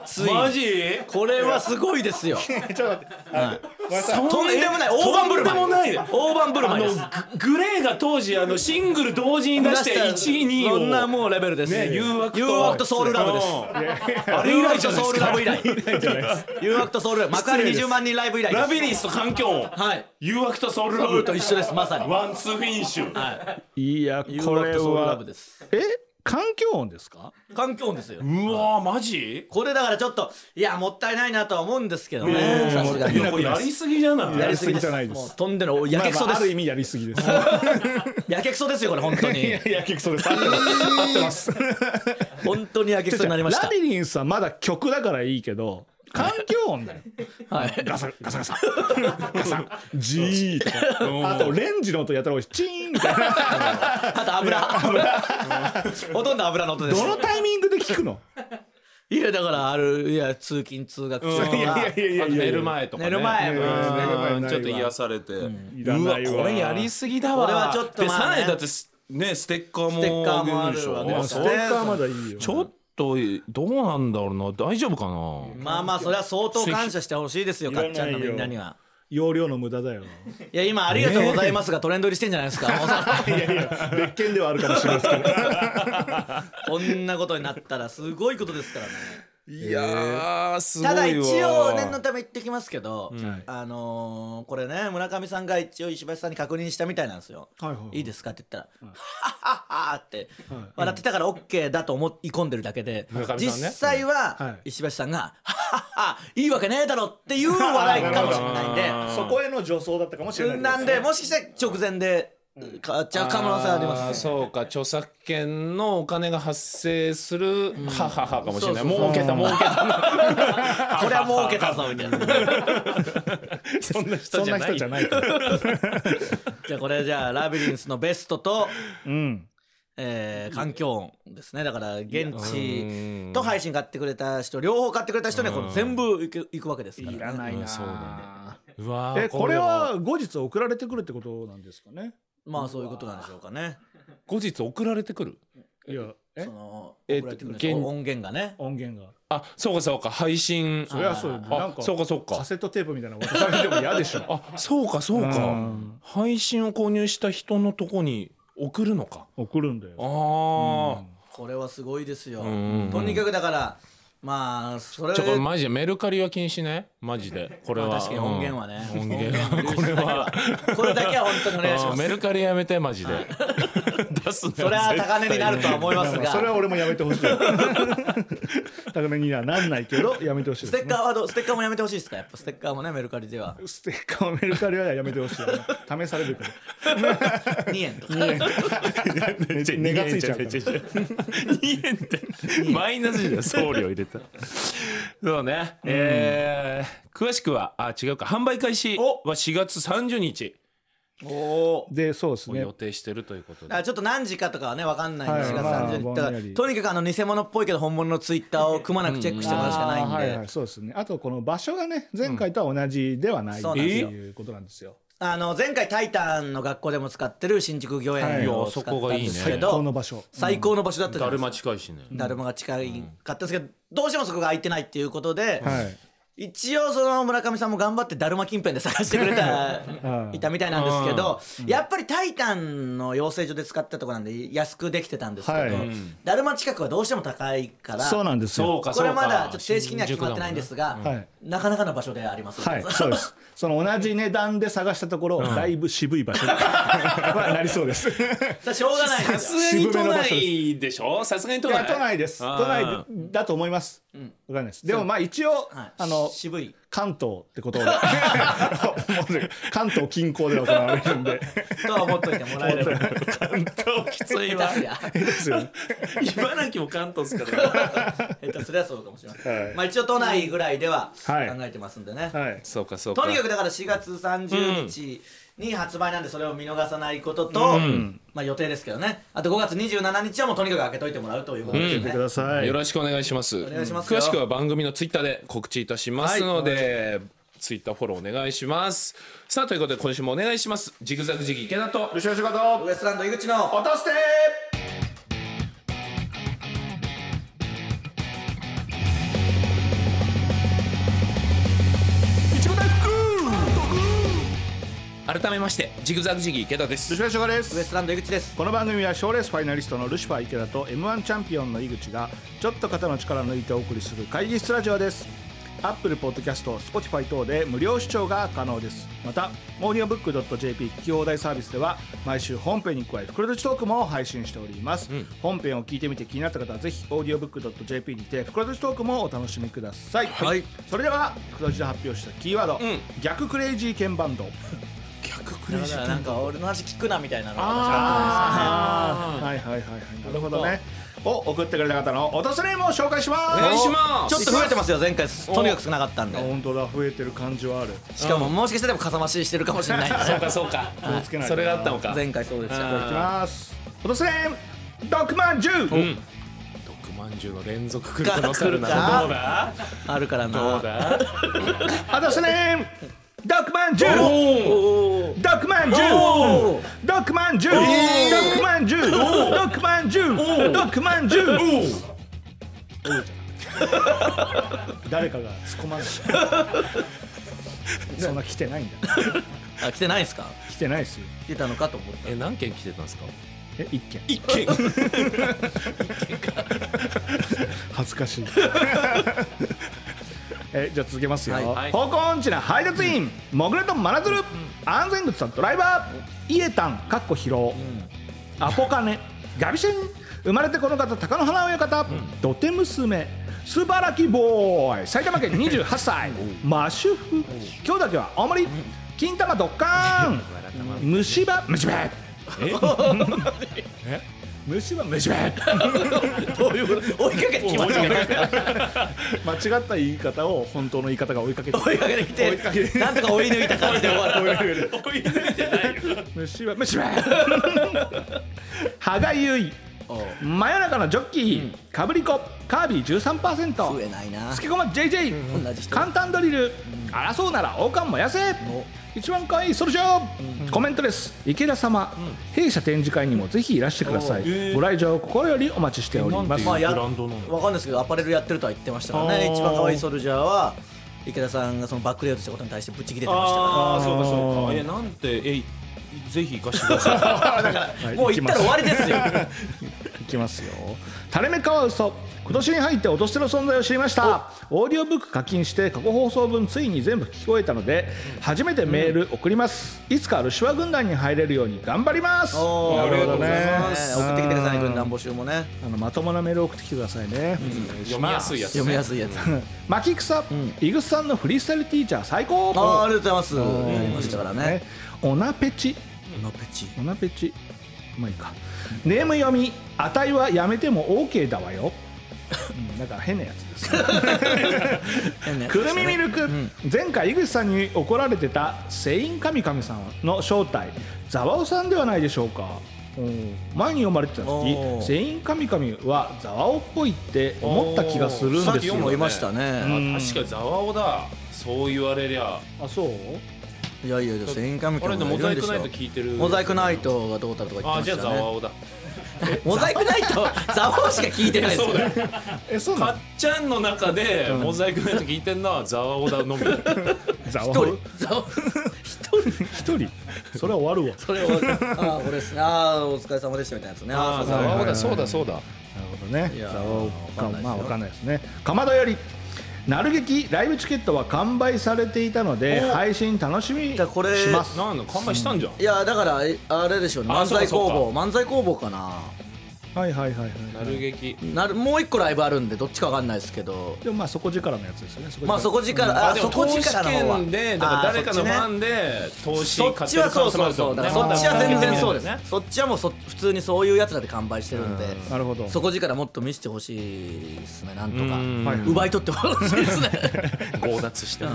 ついにマジこれはすごいですよちょっと待ってとんでもない大盤振とんる舞いでもない大盤振るあ舞いのですググレーが当時あのシングル同時に出して1位2位をそんなもうレベルです、ね誘惑と誘惑とソウルラブですすああれれ以以来来じじゃゃないソですウかルラブ以来誘惑とソウルラブ幕張20万人ライブ以来ですラビリンスと環境音はい誘惑とソウルラソウブルと一緒ですまさにワンツーフィニッシュいや誘こ惑れとソウルラはブですえ環境音ですか環境音ですようわーマジこれだからちょっといやもったいないなとは思うんですけどねさすがにもったいなこれやりすぎじゃないややりりすすぎぎでですすもうとんでのやけくそまあまああでるす意味やりすぎ [LAUGHS] ですやけくそですよこれ本当にや結局それ合ってます合ってます本当にやけくそになりましラビリンスはまだ曲だからいいけど環境音だよたはいガサガサガサガサジーとかあとレンジの音やったらおいしいチーンみたいな [LAUGHS] あと油油 [LAUGHS] ほとんど油の音ですどのタイミングで聞くのいやだからあるいや通勤通学中といいかやいやいやいやあと寝る前とかね寝る前うん寝る前ないわちょっと癒されていらうわないわこれやりすぎだわこれはちょっとでまあねさらにだってすねステッカーもステッカーもあるわねあげるでしょまあそうステあッカーまだいいよちょっとどうなんだろうな大丈夫かなまあまあそれは相当感謝してほしいですよかっちゃんのみんなには容量の無駄だよいや今ありがとうございますがトレンド入りしてんじゃないですかもうさいやいや別件ではあるかもしれないですけどこんなことになったらすごいことですからねいやーすごいわただ一応念のため言ってきますけど、あのーこれね村上さんが一応石橋さんに確認したみたいなんですよ「はいはいはいいですか?」って言ったら「はっはっは」って笑ってたから OK だと思い込んでるだけで、村上さんね実際うんははい石橋さんが「はっはっはいいわけねえだろ」っていう笑いかもしれないんで [LAUGHS] あーそこへの助走だったかもしれないなんでもしかしたら直前で買っちゃう可能性ありますねそうか著作権のお金が発生する、はははかもしれないそうそうそ儲うけた儲けたこれは儲けたぞみたいなそんな [LAUGHS] そ人んじゃなない人じゃないから。じゃあこれじゃあラビリンスのベストと、 [LAUGHS] うん。えー環境音ですねだから現地うんと配信買ってくれた人両方買ってくれた人にはこの全部いくいくわけですからね、いなうんそうだねうわーえ、これは後日送られてくるってことなんですかね。まあそういうことなんでしょうかね後日送られてくるいや、えそ、のえっ送とられてくる現音源がね音源が。あそうかそうか配信そりゃそうよ。あなんか。そうかそうカかセットテープみたいなの渡されても嫌で [LAUGHS] しょ。あそうかそうか、うん配信を購入した人のとこに送るのか送るんだあよ。あ、これはすごいですよ、んうんとにかくだからまあそれちょこれマジでメルカリは禁止ねマジでこれは、まあ確かに音源はねうん音源は音これ源はこれだけは本当にお願いしあまーすメルカリやめてマジで [LAUGHS] 出すそれは高値になるとは思いまだすかがらそれは俺もやめて [LAUGHS] ほしい。高めにはなんないけど、やめてほしいスでテすッね。カーはどうステッカーもやめてほしいですかやっぱステッカーもねメルカリではステッカーをメルカリはやめてほしいよね。試されるから。 2円とか値がついちゃうから2円ってマイナスじゃん送料入れた [LAUGHS] そうね、えー詳しくはあ違うか販売開始は4月30日おおで、そうですをね予。定してるということで、ちょっと何時かとかはね分かんないんですが、はい30日まあだぼかんらやりとにかくあの偽物っぽいけど本物のツイッターをくまなくチェックしてもらうしかないんで、あーはいはい、そうですね。あとこの場所がね、前回とは同じではない、そうっなてんですよいうことなんですよ。あの前回「タイタン」の学校でも使ってる新宿御苑をはい使ったんですけ最最高のど場所。最高の場所だったじゃだないるですかま近いしね、だるまが近いかったんですけどどうしてもそこが空いてないっていうことで、はい。一応その村上さんも頑張ってだるま近辺で探してくれたいたみたいなんですけど、やっぱり「タイタン」の養成所で使ったとこなんで安くできてたんですけど、はいうんだるま近くはどうしても高いからそうなんですそうよ。かこそうかれまだちょっと正式には決まってないんですが、新宿だもんねなかなかの場所であります、はい、そうです。その同じ値段で探したところ、だいぶ渋い場所 [LAUGHS] にはなりそうです。それはしょうがないでさすすがに都内でしょさすがに都いや内都内です。あ都ー内だと思います。わかんないです。でもまあ一応、はいあの渋い関東ってことで [LAUGHS] 関東近郊で行われるんで。とは思っといてもら [LAUGHS] えれば下きついわ手すりゃですよね。茨城も関東ですからね下手すりゃそうかもしれません、はいまあ一応都内ぐらいでは考はいえてますんでね、はい。 [LAUGHS] そうかそうかとにかくだから4月30日に発売なんでそれを見逃さないことと、まあ予定ですけどねあと5月27日はもうとにかく開けといてもらうということです見てね、ください。よろしくお願いします。願いしますよ詳しくは番組のツイッターで告知いたしますので、ツイッターフォローお願いします。さあということで今週もお願いします。ジグザグジギー池田としくお願ウエストランド井口の落として改めましてジグザグジギー池田です。ルシファーショガでウエスすトランド井口ですこの番組は賞レースファイナリストのルシファー池田と m 1チャンピオンの井口がちょっと肩の力を抜いてお送りする会議室ラジオですアップルポッドキャスト Spotify 等で無料視聴が可能ですまたオーディオブック .jp 聞き放題サービスでは毎週本編に加え袋とちトークも配信しております、本編を聞いてみて気になった方はぜひオーディオブック .jp にて袋とちトークもお楽しみください、はいそれでは袋とちで発表したキーワード、ん逆クレイジーケンバンド逆クだからなんか俺の話聞くなみたいなのが私あーはいはいはいはいなるほどねを送ってくれた方の落とすネームを紹介しまおす願いしあまったんですす。ちょっと増えてますよ前回とにかく少なかったんあで本当だ増えてる感じはあるしかももしかしてでもかさ増ししてるかもしれないんでそうかそうかをつけ。ないそとなれがあったのか。前回そうでしいきたます落とすネームドクマンジュうん。毒まんじゅうの連続来る可能性あるな。来どるうだ？あるからどなうだ？落とすネームドクマンジュおおドクマンジュおドクマンジュドクマンジュドクマンジュドクマンジュ誰かが突っ込まない [LAUGHS] そんな来てないんだあ来てないですか来てないですよ来てたのかと思ったえ何件来てたんですか？え一件一件。恥ずかしい [LAUGHS] えじゃあ続けますよ、はいはい方向音痴な配達員、モグラとマナズル、安全靴さんドライバーイエタンかっこ疲労、アポカネガビシン生まれてこの方貴乃花親方、土手娘素晴らきボーイ埼玉県28歳 [LAUGHS] マシュ [LAUGHS] フ今日だけは大盛り金玉ドッカーン虫歯虫歯え [LAUGHS] え虫歯虫歯どういうこと追いかけてきましたね間違った言い方を本当の言い方が追いかけ [LAUGHS] て追いかけてき追いかけててなんとか追い抜いた感じで終わる追いかけて追い抜いてないよ虫歯虫歯歯がゆい真夜中のジョッキー、かぶりこカービィ増え13%ないなつけこま JJ、同じ人簡単ドリル、争うなら王冠燃やせ一番可愛いソルジョー、コメントです池田様、弊社展示会にもぜひいらしてください、おーえーご来場を心よりお待ちしておりなんまていすうまあやブランドなのわかんないですけどアパレルやってるとは言ってましたからねあー一番可愛いソルジャーは池田さんがそのバックレイアウトしたことに対してぶっち切れてましたかああそうかそうかえなんてえいぜひ行かしてくださはいらもう行ったら終わりですよいきますよタレメカワウソ今年に入って落としての存在を知りましたオーディオブック課金して過去放送分ついに全部聞き終えたので初めてメール送ります、いつかルシュワ軍団に入れるように頑張りますおーなるほどありねがとうございます送ってきてください軍団募集もねあのまともなメールを送ってきてくださいね、い読みやすいやつ読みやすいやつマキクサ、イグスさんのフリースタイルティーチャー最高あーありがとうございますやりましたからねねオナペチのペチオナペチまあいいかネーム読み値はやめても OK だわよ、うん、なんか変なやつですくるみミルク、前回井口さんに怒られてたセイン神々さんの正体ザワオさんではないでしょうかうん前に読まれてた時おーセイン神々はザワオっぽいって思った気がするんさっですきよもいましたあね確かにざわおだそう言われりゃあそういやいやいやセインカミカ俺ミのがいモるザんイクナイでしょト聞いてるモザイクナイトがどうたるとか言あっじゃてあましざたわねおだモザイクナイトザワオしか聞いてないですよえそうかなっのちゃんの中でモザイクナイト聞いてんのはざわおだ [LAUGHS] のみザワ一オ人ザワオ一人それは終わるわそれをああこれですねああお疲れ様でしたみたいなやつねああそざうそうわおだそうだそうだなるほどねいやーザワオかわかんないですよまあわかんないですねかまどよりなる劇ライブチケットは完売されていたので配信楽しみにしじゃあこれますなんの完売したんじゃんいやだからえあれでしょうねあ漫才工そう房漫才工房かなはいはいはいはいなる劇なるもう一個ライブあるんでどっちかわかんないですけどでもまあ底力のやつですよね。まあ底力ああでもそこ投資力の方は券でだから誰かのファあーンで投資そっ買っちてるは可そ能う性もあそうるとそう思だうかねらそっちは全然そうです、ねそっちはもうそ普通にそういうやつらで完売してるんで、なるほど。そこ力もっと見せてほしいですねなんとかうんはい奪い取ってほしいですね [LAUGHS] 強奪してる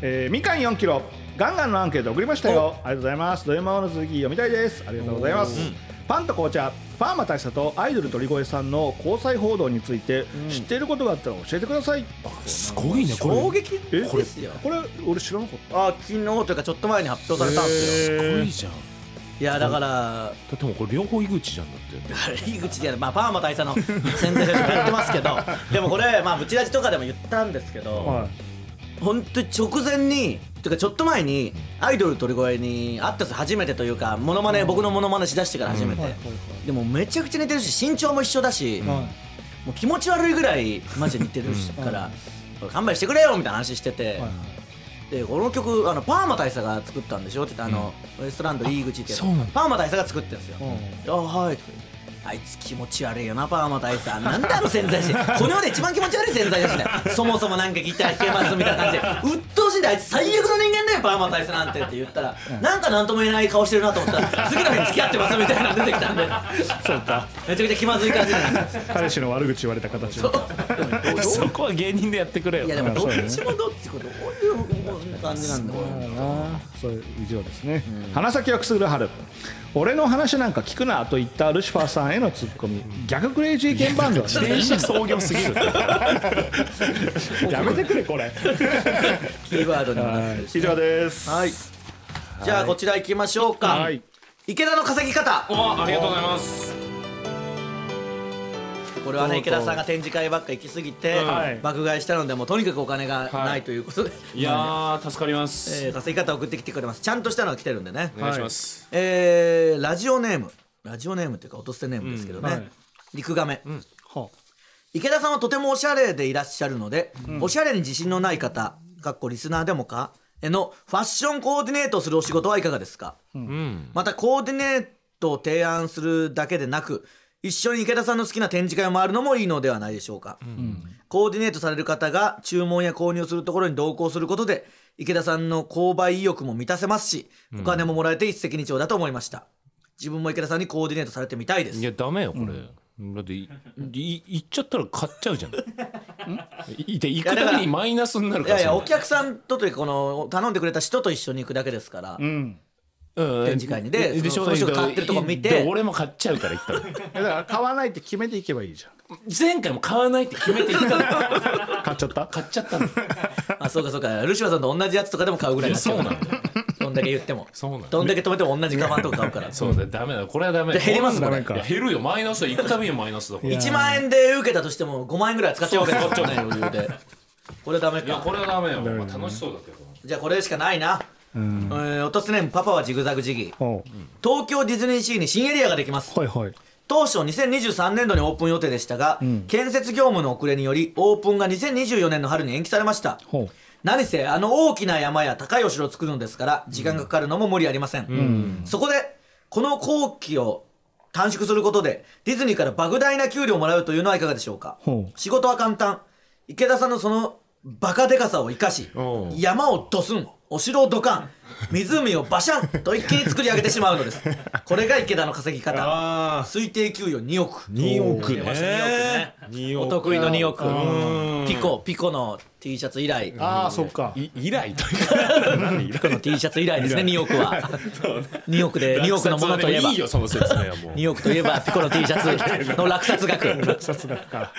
えーみかん4キロガンガンのアンケート送りましたよ。ありがとうございます。ドヤマオの続き読みたいです。ありがとうございます。パンと紅茶、パーマ大佐とアイドル鳥越さんの交際報道について知っていることがあったら教えてください。すご [LAUGHS] いねこれ衝撃えですよこれ俺知らなかっあ昨日というかちょっと前に発表されたんですよすごいじゃんいやだからだってもうこれ両方井口じゃんだって井口で、まあ、パーマ大佐の宣伝でやってますけどでもこれ、まあ、ブチラジとかでも言ったんですけた。ど、はい。本当に直前にというかちょっと前にアイドル鳥越に会ったんです初めてというかモノマネ、僕のモノマネしだしてから初めて、はいはいでもめちゃくちゃ似てるし身長も一緒だし、はい。もう気持ち悪いぐらいマジで似てるしから「勘弁してくれよ」みたいな話してて、はいでこの曲あのパーマ大佐が作ったんでしょって言ってあの、ウエストランド井口ってやつそうなんだパーマ大佐が作ってるんですよ、うあはいあいつ気持ち悪いよなパーマ大佐なんだあの潜在 [LAUGHS] しこの世で一番気持ち悪い潜在だしねそもそもなんかギター弾けますみたいな感じで鬱陶しいんであいつ最悪の人間だよパーマ大佐なんてって言ったら、なんか何とも言えない顔してるなと思ったら次の日に付き合ってますみたいなの出てきたんでそうか。めちゃくちゃ気まずい感じなんです彼氏の悪口言われた形で。 [LAUGHS] そこは芸人でやってくれよいやでもどそうっだねちもどっちもどういう感じなんだよそういう以上ですね、花咲をくすぐる春俺の話なんか聞くなと言ったルシファーさんへのツッコミ逆クレイジーケンバンド自 [LAUGHS] [LAUGHS] 転車創業すぎるやめてくれこれキーワードにもなってるし以上ですはいじゃあこちら行きましょうか、はい池田の稼ぎ方ありがとうございますこれはねとうと池う田さんが展示会ばっか行きすぎて、はい爆買いしたのでもうとにかくお金がないということで、いやー助かりますえー稼ぎ方送ってきてくれますちゃんとしたのが来てるんでね、お願いしますえーラジオネームラジオネームというか音捨てネームですけどね、うんはい陸亀、は池田さんはとてもおしゃれでいらっしゃるので、おしゃれに自信のない方かっこリスナーでもかへのファッションコーディネートをするお仕事はいかがですか、うんまたコーディネートを提案するだけでなく一緒に池田さんの好きな展示会を回るのもいいのではないでしょうか、コーディネートされる方が注文や購入するところに同行することで池田さんの購買意欲も満たせますしお金ももらえて一石二鳥だと思いました、自分も池田さんにコーディネートされてみたいですいやダメよこれ、だっていい行っちゃったら買っちゃうじゃ [LAUGHS] んいで行くたびにマイナスになるいからやいやそお客さんとというかこの頼んでくれた人と一緒に行くだけですから、うんれうん展示会にででそ商品のその人が買ってるとこ見てで俺も買っちゃうから行 [LAUGHS] ったらだから買わないって決めていけばいいじゃ前回も買わないって決めて行ったのん買っちゃった買っちゃ [LAUGHS] ったのあそうかそうかルシファーさんと同じやつとかでも買うぐらいになっちゃうそうなんどんだけ言ってもそうなんどんだけ止めても同じカバンとか買うからそうだよダメだこれはダメだじゃあ減りますここれれいや減るよマイナスだ行くたびにマイナスだこれいや [LAUGHS] 1万円で受けたとしても5万円ぐらい使っちゃうわけですそうよね余裕でこれダメやかこれはダメよ、まあ、楽しそうだけどじゃあこれしかないなうんえー落とすねパパはジグザグジギーおう東京ディズニーシーに新エリアができますはいはい当初2023年度にオープン予定でしたが、建設業務の遅れによりオープンが2024年の春に延期されましたほう何せあの大きな山や高いお城を作るのですから時間がかかるのも無理ありません、そこでこの工期を短縮することでディズニーから莫大な給料をもらうというのはいかがでしょうかほう仕事は簡単池田さんのそのバカでかさを生かしおう山をドスンお城をドカン湖をバシャンと一気に作り上げてしまうのですこれが池田の [LAUGHS] 稼ぎ方あ推定給与2億2億出ました2ね億ね2お得意の2億ピコピコの T シャツ以来ああそっかい以来というピコの T シャツ以来ですね2億は2億で2億のものといえばいいよその説明はもう2億といえばピコの T シャツの落札額札額か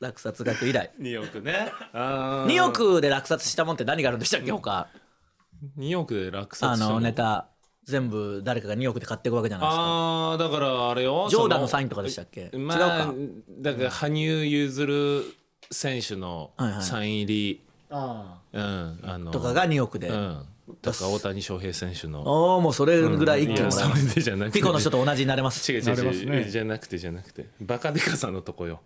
落札額以来2億ねあー2億で落札したもんって何があるんでしたっけ他2億で落札あしたのネタ全部誰かが2億で買っていくわけじゃないですかあーだからあれよジョーダンのサインとかでしたっけま違うあかだから羽生結弦選手のはいはいサイン入り、あうんあのとかが2億で、うんとか大谷翔平選手のおおもうそれぐらい一気にもらえそます、れでじゃなくてピコの人と同じになれます違う違うなれます違う、ねじゃなくてじゃなくてバカデカさんのとこよ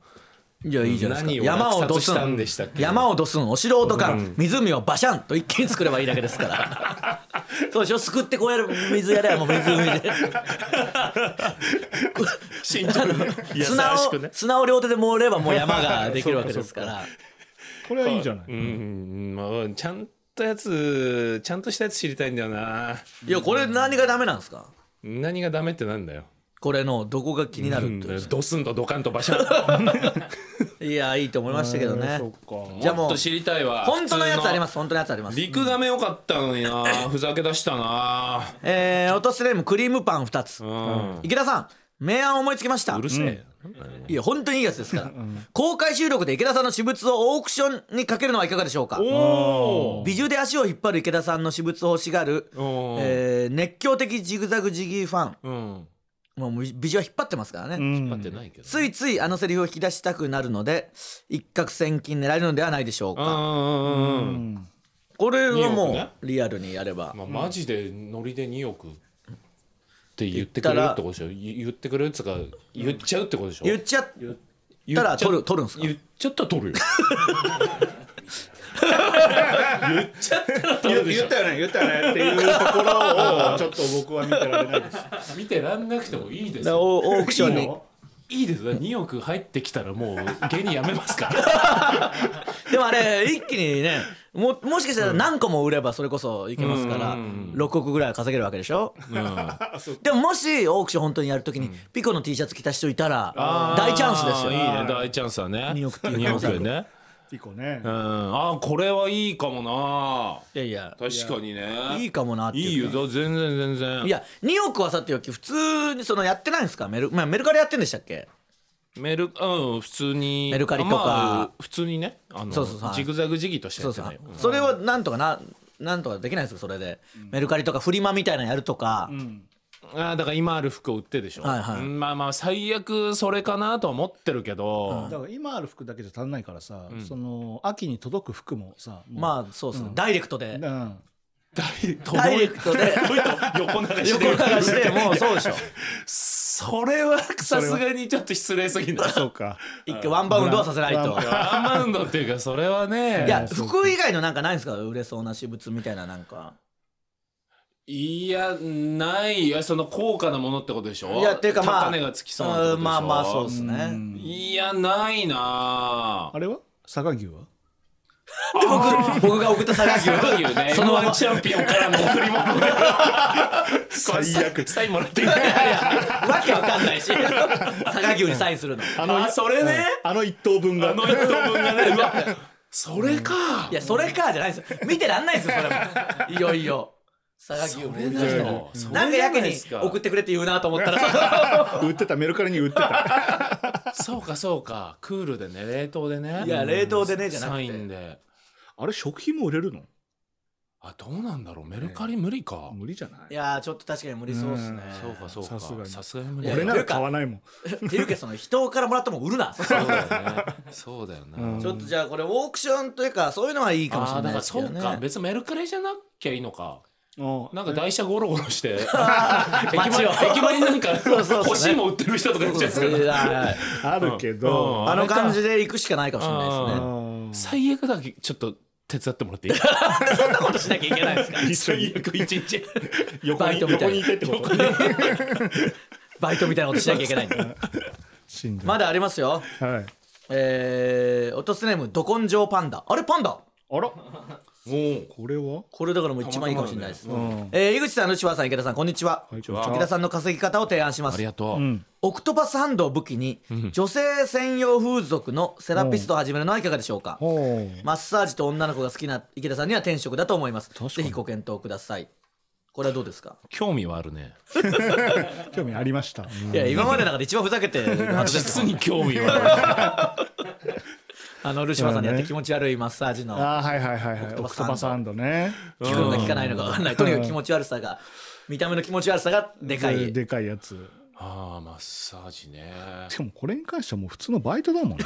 いやいいじゃないです何かを山をド落札スしたんンでしたっけ山をドスンお城をドカン、湖をバシャンと一気に作ればいいだけですから [LAUGHS] そうでしょすくってこうやる水やればもう湖で慎重に優し砂をくね砂を両手で盛ればもう山ができるわけですからあこれはいいじゃないうんうんもうちゃんとやつちゃんとしたやつ知りたいんだよないやこれ何がダメなんですか何がダメってなんだよこれのどこが気になるっていう、ドスンとドカンとバシャンいやいいと思いましたけどねそっかじゃあも [LAUGHS] もっうと知りたいわ本当のやつありますす本当のやつありますリクガメよかったのに [LAUGHS] なふざけ出したなえー、落とすネームクリームパン2つうん池田さん明暗思いつきましたうるせえ、いや本当にいいやつですから、公開収録で池田さんの私物をオークションにかけるのはいかがでしょうかお美女で足を引っ張る池田さんの私物を欲しがる、おーえー熱狂的ジグザグジギーファンうんもう美女は引っ張ってますからね、うん待ってないけどついついあのセリフを引き出したくなるので一攫千金狙えるのではないでしょううかんうんうんうんこれは2億もねうリアルにやれば、まあ、マジでノリで2億って言ってくれるってことでしょ言言ってくれるっつうか言っちゃうってことでしょ言っちゃ言たっらちゃ取る取るんすか言っちゃったら取るよ [LAUGHS] 言言ったよね言ったよねっていうとこ [LAUGHS] ろをちょっと僕は見てられないです見てらんなくてもいいですよオークションにいいですよ2億入ってきたらもう芸人やめますから [LAUGHS] でもあれ一気にねももしかしたら何個も売ればそれこそいけますから6億ぐらいは稼げるわけでしょ、でももしオークション本当にやるときにピコの T シャツ着た人いたら大チャンスですよいいね大チャンスだね2億っていう2億ねピコねうんあーこれはいいかもないやいや確かにねいいかもなっていいういよ全然全然いや2億はさておき普通にそのやってないんですかメル,、まあ、メルカリやってんでしたっけメルうん普通にメルカリとか普通にねあのそうそうそうジグザグジギーとしてそやうってそないうよそれはなんとかななんとかできないんですかそれで、メルカリとかフリマみたいなのやるとか、あーだから今ある服を売ってでしょ、はいはいうんまあまあ最悪それかなとは思ってるけど、だから今ある服だけじゃ足んないからさ、その秋に届く服もさもうまあ [LAUGHS] そうですね、ダイレクトでうんダイレク [LAUGHS] トで横流し横で流しで [LAUGHS] もうそうでしょそれはさすがにちょっと失礼すぎないそうか一回ワンバウンドはさせないとワンバウンドっていうかそれはねいや服以外のなんかないんですか売れそうな私物みたいななんかいやないいやその高価なものってことでしょいやっていうかまあ高値がつきそうなってことでしょんまあまあそうですうね [LAUGHS] んいやないなあれは佐賀牛はで僕僕が送った佐賀牛佐賀 [LAUGHS] 牛ねそのま M1 まチャンピオンからの贈り物で最悪サインもらっていいわけわかんないし佐賀牛にサインするのああそれねあの一等分があの一等分がねうわそれかいやそれかじゃないですよ見てらんないですよそれもいよいよ佐賀牛も売り出したのにそれだなよんかやそれじゃなけにいですか送ってくれって言うなと思ったら売ってたメルカリに売ってた [LAUGHS] そうかそうかクールでね冷凍でねいや冷凍でねじゃなくサインてであれ食品も売れるのあどうなんだろうメルカリ無理か無理じゃない [LAUGHS] いやーちょっと確かに無理そうですねうんそうかそうかさすがにさすがに無理だ俺よなねら買わないもんっていうけどその人からもらったもん売るなそうだよねそうだよねうんちょっとじゃあこれオークションというかそういうのはいいかもしあれーだなかいでらすけそどうねか別にメルカリじゃなきゃいいのかうなんか台車ゴロゴロして [LAUGHS] 駅街前を駅前になんかうそうそう欲しいもん売ってる人とかいるじゃないですかああるけど、の感じで行くしかないかもしれないですうね。うん最悪だけちょっと手伝ってもら [LAUGHS] っていいそんなことしなきゃいけないんですか。一緒に最悪一日横バにイトみたいな横にいてってことバイトみたいなことしなきゃいけないんで。しんどいまだありますよ。はいえー、落とすネームど根性パンダ。あれパンダ。あらおおこれはこれだからもう一番いいかもしれないです。うんえー、井口さん、ルシファーさん、池田さん、こんにちは。はいは池田さんの稼ぎ方を提案しまありす。がとう、うんオクトパスハンドを武器に、女性専用風俗のセラピストを始めるのはいかがでしょうか。ほう [LAUGHS] マッサージと女の子が好きな池田さんには天職だと思います。かにぜひご検討ください。これはどうですか。興味はあるね興味ありました、うんいや今までの中で一番ふざけてる [LAUGHS] はずです実に興味はあるあのルシファーさんにやっそうだねて気持ち悪いマッサージのあーはいはいはいはいオクオクトトパパススハハンドね聞くのか聞かないのか分かんないとにかく気持ち悪さが見た目の気持ち悪さがでかいでかいやつああマッサージねしかもこれに関してはもう普通のバイトだもんね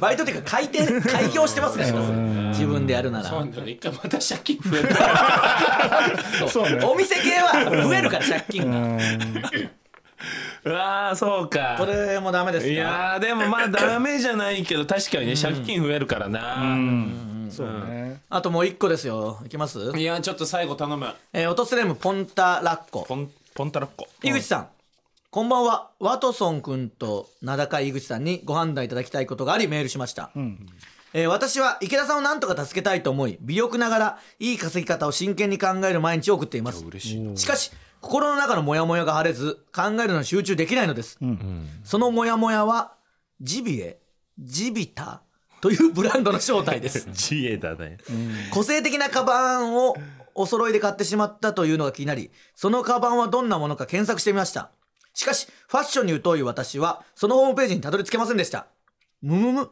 バイトっていうか開店開業してますから自分でやるならそうなんだよね一回また借金増え [LAUGHS] そうお店系は増えるから借金がた [LAUGHS] うわーそうかこれもダメですいかやーでもまあダメじゃないけど確かにね借金増えるからな、そうねあともう一個ですよいきますいやーちょっと最後頼むえー、落とすネームポンタラッコポンポンタラッコ井口さんこんばんはワトソン君と名高い井口さんにご判断いただきたいことがありメールしました、えー私は池田さんを何とか助けたいと思い微力ながらいい稼ぎ方を真剣に考える毎日を送っています嬉しいなしかし心の中のモヤモヤが晴れず考えるのに集中できないのです、そのモヤモヤはジビエジビタというブランドの正 [LAUGHS] 体です自衛だね個性的なカバンをお揃いで買ってしまったというのが気になりそのカバンはどんなものか検索してみましたしかしファッションに疎い私はそのホームページにたどり着けませんでしたむむむ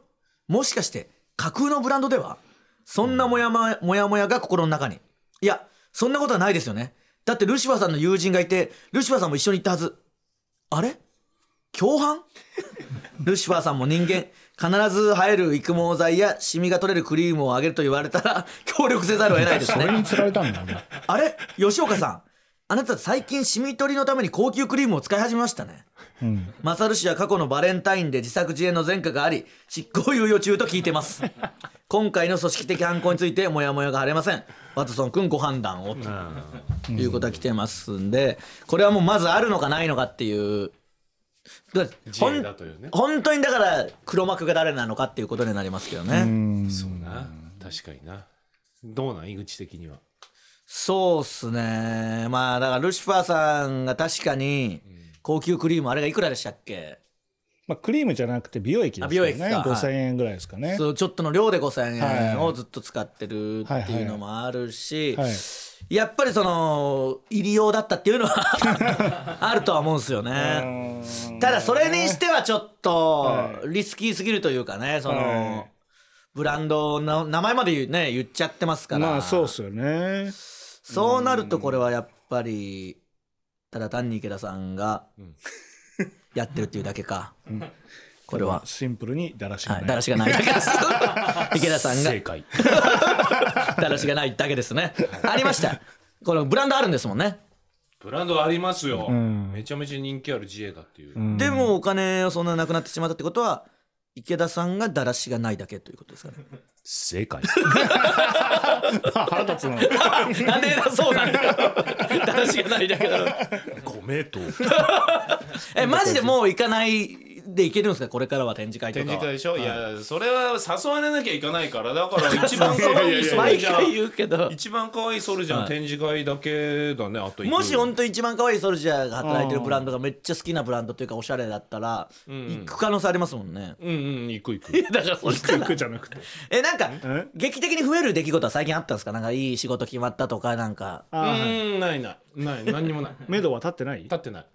もしかして架空のブランドではそんなモヤモヤモヤモヤが心の中にいやそんなことはないですよねだってルシファーさんの友人がいてルシファーさんも一緒に行ったはずあれ共犯 [LAUGHS] ルシファーさんも人間必ず生える育毛剤やシミが取れるクリームをあげると言われたら協力せざるを得ないですそれねに釣られたんだねあれ吉岡さんあなた最近シミ取りのために高級クリームを使い始めましたねうんマサル氏は過去のバレンタインで自作自演の前科があり執行猶予中と聞いてます今回の組織的犯行についてモヤモヤが晴れませんワトソン君ご判断をということが来てますんでこれはもうまずあるのかないのかっていうだから自ほ衛んだというね本当にだから黒幕が誰なのかっていうことになりますけどね、そうな確かになどうなん井口的にはそうっすねまあだからルシファーさんが確かに高級クリームあれがいくらでしたっけまあ、クリームじゃなくて美容液ですよねあ美容液か5000円ぐらいですかね、そうちょっとの量で5000円はをいずっと使ってるっていうのもあるし、はいやっぱりその入り用だったっていう [LAUGHS] のはあるとは思うんですよね。ただそれにしてはちょっとはリスキーすぎるというかねその、はいブランドの名前まで言うね言っちゃってますから、まあそうっすよねそうなるとこれはやっぱりただ単に池田さんがやってるっていうだけか、これは、シンプルにだらしがは、ないい、だらしがないだけです [LAUGHS] 池田さんが正解だらしがないだけですね。ありました。このブランドあるんですもんね。ブランドありますよ、んめちゃめちゃ人気ある自衛だっていう、でもお金をそんななくなってしまったってことは、池田さんがだらしがないだけということですかね。正解腹立つななんで偉そうなんだよ。 [LAUGHS] だらしがないだけど。 [LAUGHS] ご名答え、マジでもう行かないで行けるんですかこれからは展示会と展かは示会でしょ、い、やそれは誘われなきゃいかないからだから一番可 [LAUGHS] 愛いソル毎ジャ回ー言うけど一番可愛いソルジャーの展示会だけだねあと行くもし本当に一番可愛いソルジャーが働いてるブランドがめっちゃ好きなブランドというかおしゃれだったら行く可能性ありますもんね、うんうん行く行くだから [LAUGHS] そしたら行くじゃなくてえなんか劇的に増える出来事は最近あったんですかなんかいい仕事決まったとかなんかうあーんないないない何にもない目処は立ってない立ってない [LAUGHS]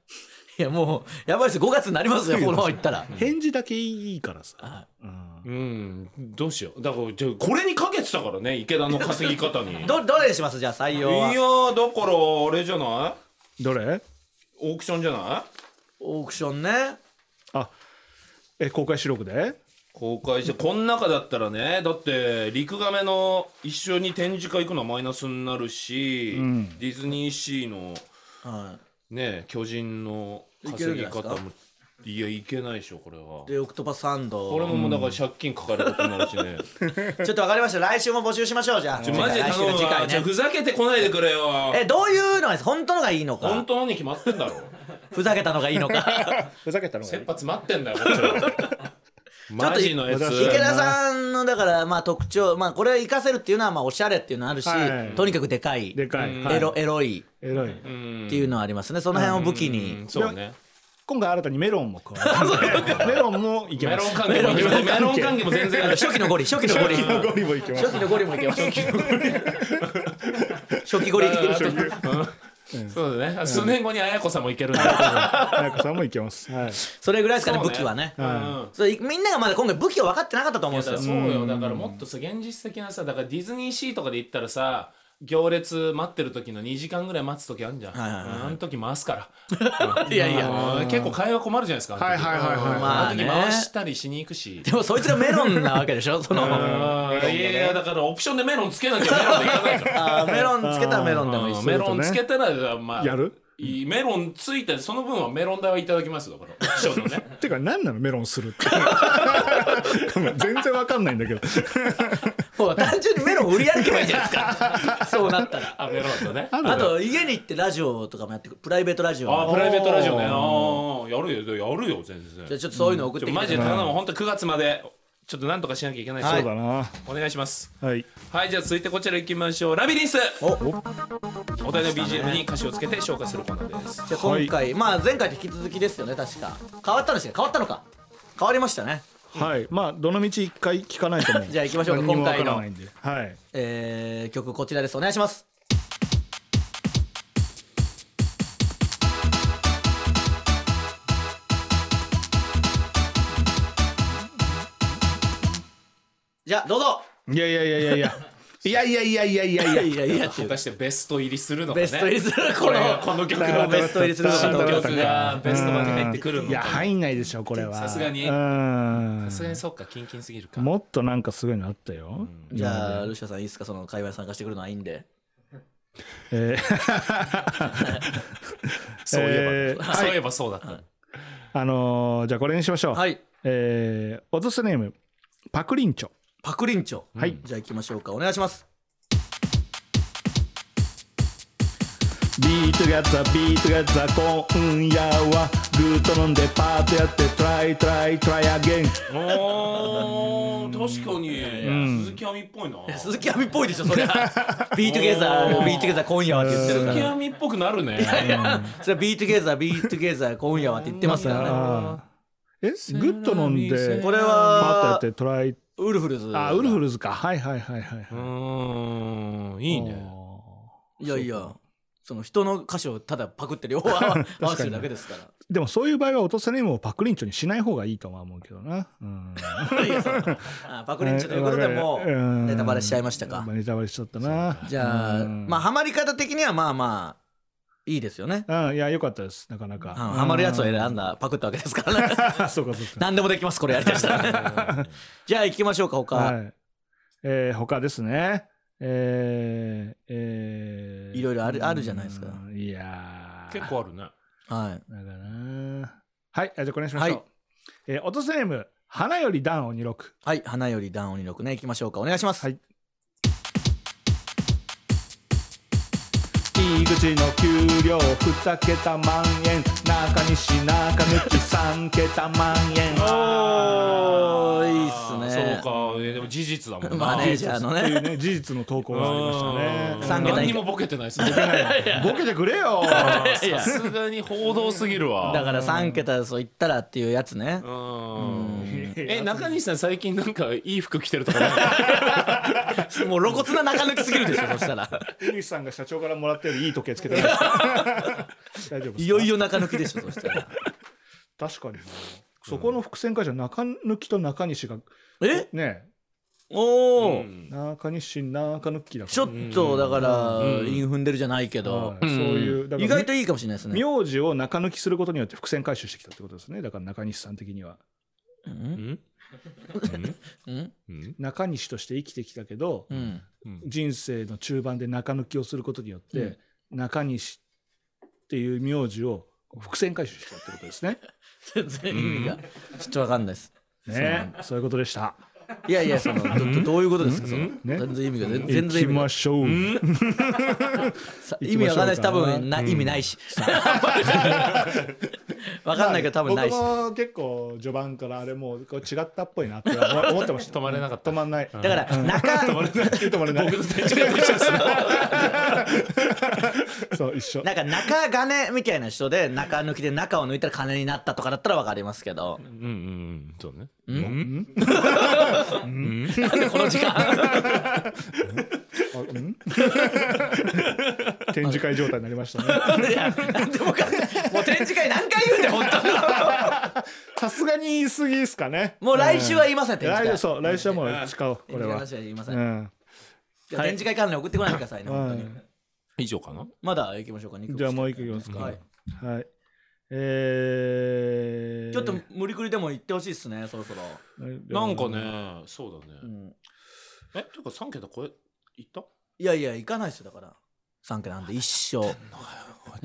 いやもうやばいです5月になりますよこのまま行ったら返事だけいいからさうんどうしようだからじゃあこれにかけてたからね池田の稼ぎ方にいや [LAUGHS] [LAUGHS] どどれにしますじゃあ採用はーだからあれじゃないどれオークションじゃないオークションねあえ公開収録で公開してこん中だったらねだって陸亀の一緒に展示会行くのはマイナスになるし、ディズニーシーのはね巨人の稼ぎ方もいやいけないでしょこれはいでオクトパスサンこれドももうだから借金かかることになるしねちょっとわかりました来週も募集しましょうじゃあちょマジで来週頼のむ次わ、回じゃあねふざけてこないでくれよえどういうのがいいです本当のがいいの本か当に決まってんだろふざけたのがいい [LAUGHS] のかふざけたのがい切い羽詰まってんだよこっちはマジのやつ池田さんのだからまあ特徴まあこれ活かせるっていうのはまあおしゃれっていうのあるし、はいとにかくでかいでかい、うんはいエロエロいエロいっていうのはありますねその辺を武器に、うんそうね今回新たにメロンも加 [LAUGHS] わるメロンもいけメまロンす関係もメロン関係も全然あの初期のゴリ初期のゴリ初ゴリもいけます期のゴリもいけます初期ゴリうんそうだねあ数年後に綾子さんもいけるんだ早川さんもいけます、はい、それぐらいですかね武器はねうんうんそういみんながまだ今回武器を分かってなかったと思うんいやでだすからよそうよだからもっとさ現実的なさだからディズニーシーとかで行ったらさ行列待ってる時の2時間ぐらい待つ時あるじゃん、はいはいはいあの時回すからい [LAUGHS] やいやあの結構会話困るじゃないですかはいはいはいはいまああの時ね回したりしに行くしでもそいつがメロンなわけでしょそのあーいやいやだからオプションでメロンつけなきゃメロンでいかないからあーメロンつけたらメロンでもいいうんしメロンつけたら、まあ、やるいいメロンついてその分はメロン代はいただきますよだから師匠の [LAUGHS] ねてか何なのメロンするってごめん全然わかんないんだけどもう単純にメロン売り歩けばいいじゃないですかそうなったらあメロンとねあと家に行ってラジオとかもやってくプライベートラジオあプライベートラジオねああやるよやるよ全然じゃあちょっとそういうの送っちてょきマてジで頼む本当9月までちょっとなんとかしなきゃいけないです、そはいうだなお願いしますはいはいじゃあ続いてこちら行きましょうラビリンスお題の BGM に歌詞をつけて紹介するコーナーですじゃあ今回、まあ前回と引き続きですよね確か変わったんですよ変わったのか変わりましたねはいまあどの道一回聞かないと思うじゃあ行きましょうか何にも今回わのからないんではいえー、曲こちらですお願いしますじゃあどうぞいやいやいやいやいやいやいやいやいやいやいやいやいやって果いうたしてベスト入りするのかねベスト入りするここれのこの曲こののベベススト入りするのトかどうか新曲がベストまで入ってくるのいやか入んないでしょこれはさすがにうんさすがにそっかキンキンすぎるかもっとなんかすごいのあったよ、じゃあルシアさんいいですかその会話に参加してくるのはいいんでえー [LAUGHS] そういええばそういえばそうだったあのーじゃあこれにしましょう、はいえー、落とすネームパクリンチョパクリンチョはい、じゃあ行きましょうかお願いしますビートがザビートがザ今夜はグーと飲んでパートやってトライトライトライアゲンおー確かに鈴木亜美っぽいな鈴木亜美っぽいでしょ [LAUGHS] そりゃビートゲーザービートゲーザー今夜はって言ってるか鈴木ら亜美っぽくなるねそれはビートゲーザービートゲーザー今夜はって言ってますからねあーえグッと飲んでこれパートやはってトライウルフルズあーウルフルズかはいはいはいはいうーんいいねいやいやその人の歌詞をただパクって両 [LAUGHS] 方合わせるだけですからでもそういう場合は落とすネームをパクリンチョにしない方がいいとは思うけどな、うん、いやそのあパクリンチョということでもうんうネタバレしちゃいましたかネタバレしちゃったなじゃあうんまあハマり方的にはまあまあいいですよねうんいやよかったですなかなか、うんハマるやつを選んだパクったわけですからね [LAUGHS] そうかそうか何でもできますこれやりだした [LAUGHS] らねじゃあ行きましょうかは他い。えー、他ですね。えー、えー、いろいろあるうんあるじゃないですか。いやー [LAUGHS] 結。構あるねはいだからなはい、あじゃあこれにしましょう。はいえー、落とすネーム、花より段を26。はい花より段鬼六ね行きましょうかお願いしますはい入り口の給料2桁万円中西中口3桁万円おーいいっすあねそうかいやでも事実だもんなマネージャーのっていうねね事実の投稿がありましたねうん三桁以下何にもボケてないですねボケてくれよ [LAUGHS] さすがに報道すぎるわだから3桁そう言ったらっていうやつねうんえ中西さん最近なんかいい服着てるとかないもう露骨な中抜きすぎるでし [LAUGHS] ょそしたら井口さんが社長からもらったよりいい時計つ [LAUGHS] けてない大丈夫ですいかよいよ中抜きでしょそしたら確かになそこの伏線会社中抜きと中西が [LAUGHS] えねおお、中西中抜きだからちょっとだから韻踏んでるじゃないけどは、いそういうだから意外といいかもしれないですね名字を中抜きすることによって伏線回収してきたってことですねだから中西さん的にはうんうん、うん中西として生きてきたけど、うん、人生の中盤で中抜きをすることによって、中西っていう名字を伏線回収したってこと [LAUGHS] ですね。全然意味がちょっとわかんないですね、そういうことでした。いやいやそのどどういうことですかそのね全然意味が全行全然き意味がましょう。さ行意きま味しょわうかかんないし多分な意味ない [LAUGHS] しわかんないけど多分ないし僕も結構序盤からあれもうこれ違ったっぽいなって [LAUGHS] 思思ってました。止まれなかった止まんない。だから中止まれない。 [LAUGHS] そう一緒。なんか中金みたいな人で中抜きで中を抜いたら金になったとかだったらわかりますけどうんうんそうねなんでこの時 [LAUGHS] 間あうん [LAUGHS] 展示会状態になりましたね。いやなんで僕もう展示会何回言うんだよ本当にさすがに言い過ぎですかね。もう来週は言いません展来週示会そう来週はもう誓おうこ展れは示会の。話は言いませうんん。じゃあ展示会関連送ってこないでくださいね本当にはい以上かなまだ行きましょうか肉じゃあもう一個いきますか。はいはい。えー、ちょっと無理くりでも言ってほしいっすねそろそろなんかねそうだねうんえていうか3桁超えいったこいやいや行かないっすよだから3家なんで一 [LAUGHS] 生い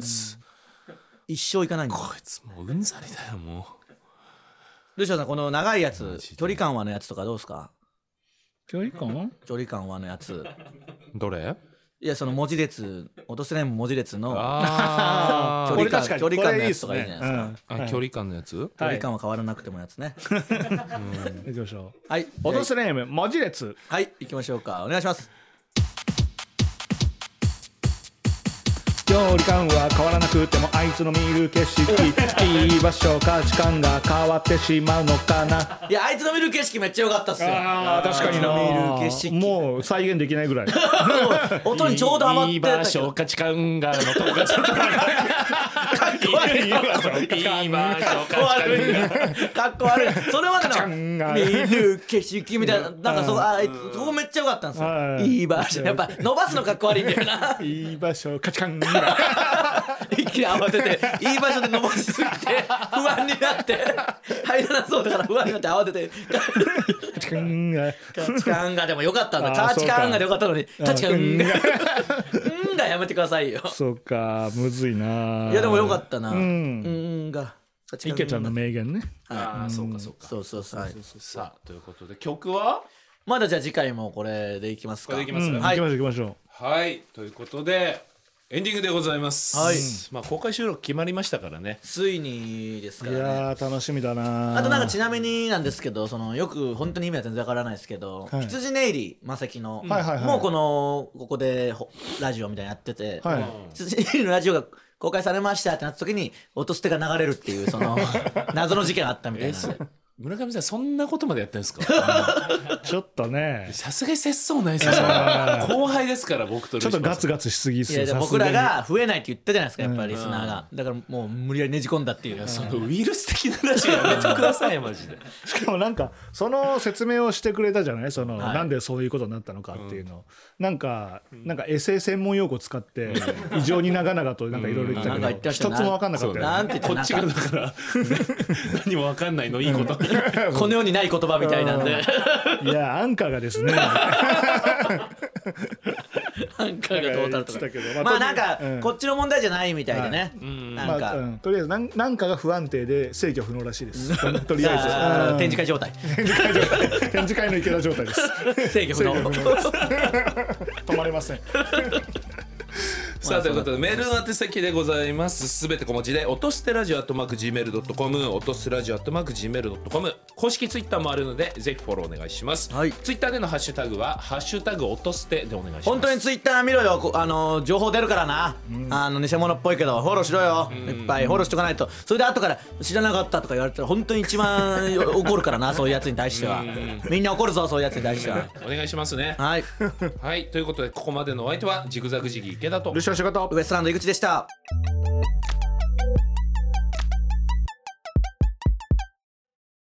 つ一生行かないんでこいつもううんざりだよもルシオさんこの長いやマつジで距離感はのやつとかどうですか距離感距離感はのやつうどれいやその文字列落とせない文字列のあ距 [LAUGHS] ー離感距離感のやつとかいいじゃないですかか。うんあ距離感のやつ距は離い。感は変わらなくてもやつね行きましょう。はい落とすネーム、文字列。はい行きましょうかお願いします距離感は変わらなくてもあいつの見る景 [LAUGHS] 色いい場所価値観が変わってしまうのかないやあいつの見る景色めっちゃ良かったっすよああ、確かにな。見る景色もう再現できないぐ [LAUGHS] らい。音にちょうどハマっいていたけど場所価値観がのとこがちょっといいわそれいい場所 [LAUGHS] かっこ悪いなかっこ悪いそれまでの見る景色みたいななんかそこあそこめっちゃ良かったんですよはいいい場所やっぱ伸ばすのかっこ悪いんだよない [LAUGHS] い場所価値観。一気に慌てていい場所で伸ばしすぎて不安になって入らなそうだから不安になって慌てて価値観が。カーチカンガでもよかったんだあーカーチカンガでよかったのにカーチカンガううんがやめてくださ [LAUGHS] いよそうか、むずいな。いやでもよかったなううんんがカーチカン池ちゃんの名言ね。ああそうかそうかそうそうそうはいさあということで曲はまだじゃあ次回もこれでいきますかこれでいきまうすん、は行いきましょう、行きましょはいということでエンディングでございますはいまあ公開収録決まりましたからねついにですかう。いらねやー、楽しみだな。あとなんかちなみになんですけどそのよく本当に意味は全然わからないですけど、はい羊ネイリマセキの、はいはいはいもうこのここでほラジオみたいなのやってて、はい羊ネイリのラジオが公開されましたってなった時に音捨てが流れるっていうその [LAUGHS] 謎の事件があったみたいなんで村上さんそんなことまでやってるんですかちょっとね。 [LAUGHS] さすがに節操ないですよそれは後輩ですから僕とちょっとガツガガツしすぎっいすやよ。でもさす僕がらにが増えないって言ったじゃないですかやっぱりリスナーが、だからもう無理やりねじ込んだっていう、そのウイルス的な話やめてくださいよマジで [LAUGHS] しかもなんかその説明をしてくれたじゃないその、はいなんでそういうことになったのかっていうの、なんか、なんかエセ専門用語使って異常に長々となんかいろいろ言ってたなけんかど言ってました一ねつも分かんなかったよなねんて言ってこなっんちがかだから何もわかんないのいい [LAUGHS] ことこの世にない言葉みたいなんでいやアンカーがですねなんかがどうたると言ってたけかどままああなんかうんこっちの問題じゃないみたいでねまなんあうかんとりあえずなんなんかが不安定で制御不能らしいですととりじあゃあ展示会状態えず展示会状 [LAUGHS] 態展示会の池田状態 [LAUGHS] です [LAUGHS] 制御不能 [LAUGHS] 制御不能止まれませんさあということでメールの宛先でございますすべて小文字で落としてラジオアットマーク Gmail.com 落とすラジオアットマーク Gmail.com 公式ツイッターもあるのでぜひフォローお願いします、はいツイッターでのハッシュタグは「ハッシュタグ落として」でお願いします本当にツイッター見ろよこあのー情報出るからな、あの偽物っぽいけどフォローしろよ、いっぱいフォローしとかないとそれで後から知らなかったとか言われたら本当に一番よ怒るからなそういうやつに対してはみんな怒るぞそういうやつに対してはお願いしますねはいはいということでここまでのお相手はジグザグジギー池田とルシファー仕事ウエストランド井口でした